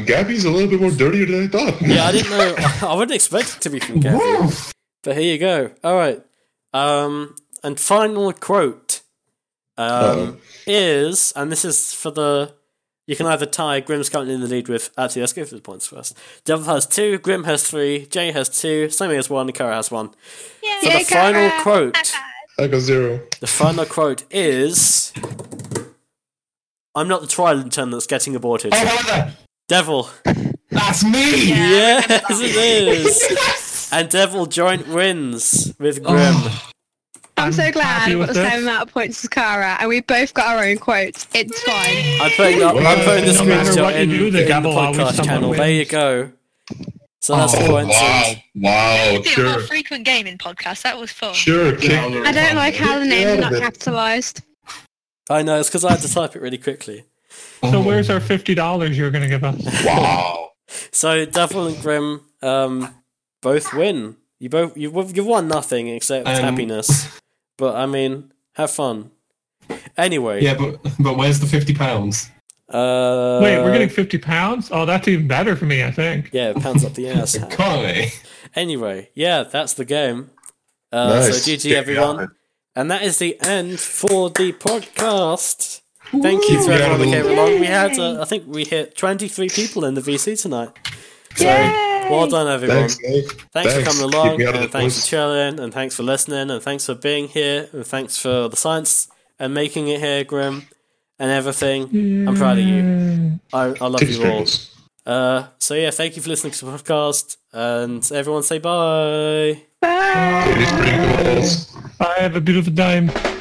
um, Gabby's a little bit more dirtier than I thought. Yeah, I didn't know. I wouldn't expect it to be from Gabby. But here you go. All right. Um, and final quote um, is, and this is for the. You can either tie Grim's currently in the lead with. Actually, let's go through the points first. Devil has two, Grim has three, Jay has two, Sammy has one, and Kara has one. Yay. So the final quote. I got zero. The final quote is I'm not the trial intern that's getting aborted. Oh, hello there. Devil. That's me. Yeah. Yes, it is. and Devil joint wins with Grim. Oh, I'm so I'm glad happy I got the with same this. amount of points as Kara, and we both got our own quotes. It's fine. I'm putting up, I'm putting this No matter screenshot what you in, do, the in the devil always podcast someone channel. There you wins. go. So that's Oh, points. Wow. Wow. It'd be a Sure. more frequent game in podcasts. That was fun. Sure. Kick. yeah, I don't like how the names are not Yeah, but- capitalised. I know it's because I had to type it really quickly. Oh. So where's our fifty dollars you're gonna give us? Wow. So Devil and Grim um, both win. You both you you've won nothing except Um, happiness. But I mean, have fun. Anyway, Yeah, but but where's the fifty pounds? uh, Wait, we're getting fifty pounds? Oh, that's even better for me, I think. yeah pounds up the ass. Connie. anyway, yeah, that's the game. Uh, Nice. So GG Yeah, everyone, yeah. and that is the end for the podcast. Thank you to everyone who Yeah. came along. We had, uh, I think, we hit twenty-three people in the VC tonight. So well done, everyone. Thanks, Nate. Thanks, Thanks. for coming Keep along, me out of and the thanks post. for chilling, and thanks for listening, and thanks for being here, and thanks for the science and making it here, Grim, and everything. I'm proud of you. I, I love Titty you all. sprinkles. Uh, so yeah, thank you for listening to the podcast, and everyone say bye. Bye. Titty sprinkles. I have a beautiful time.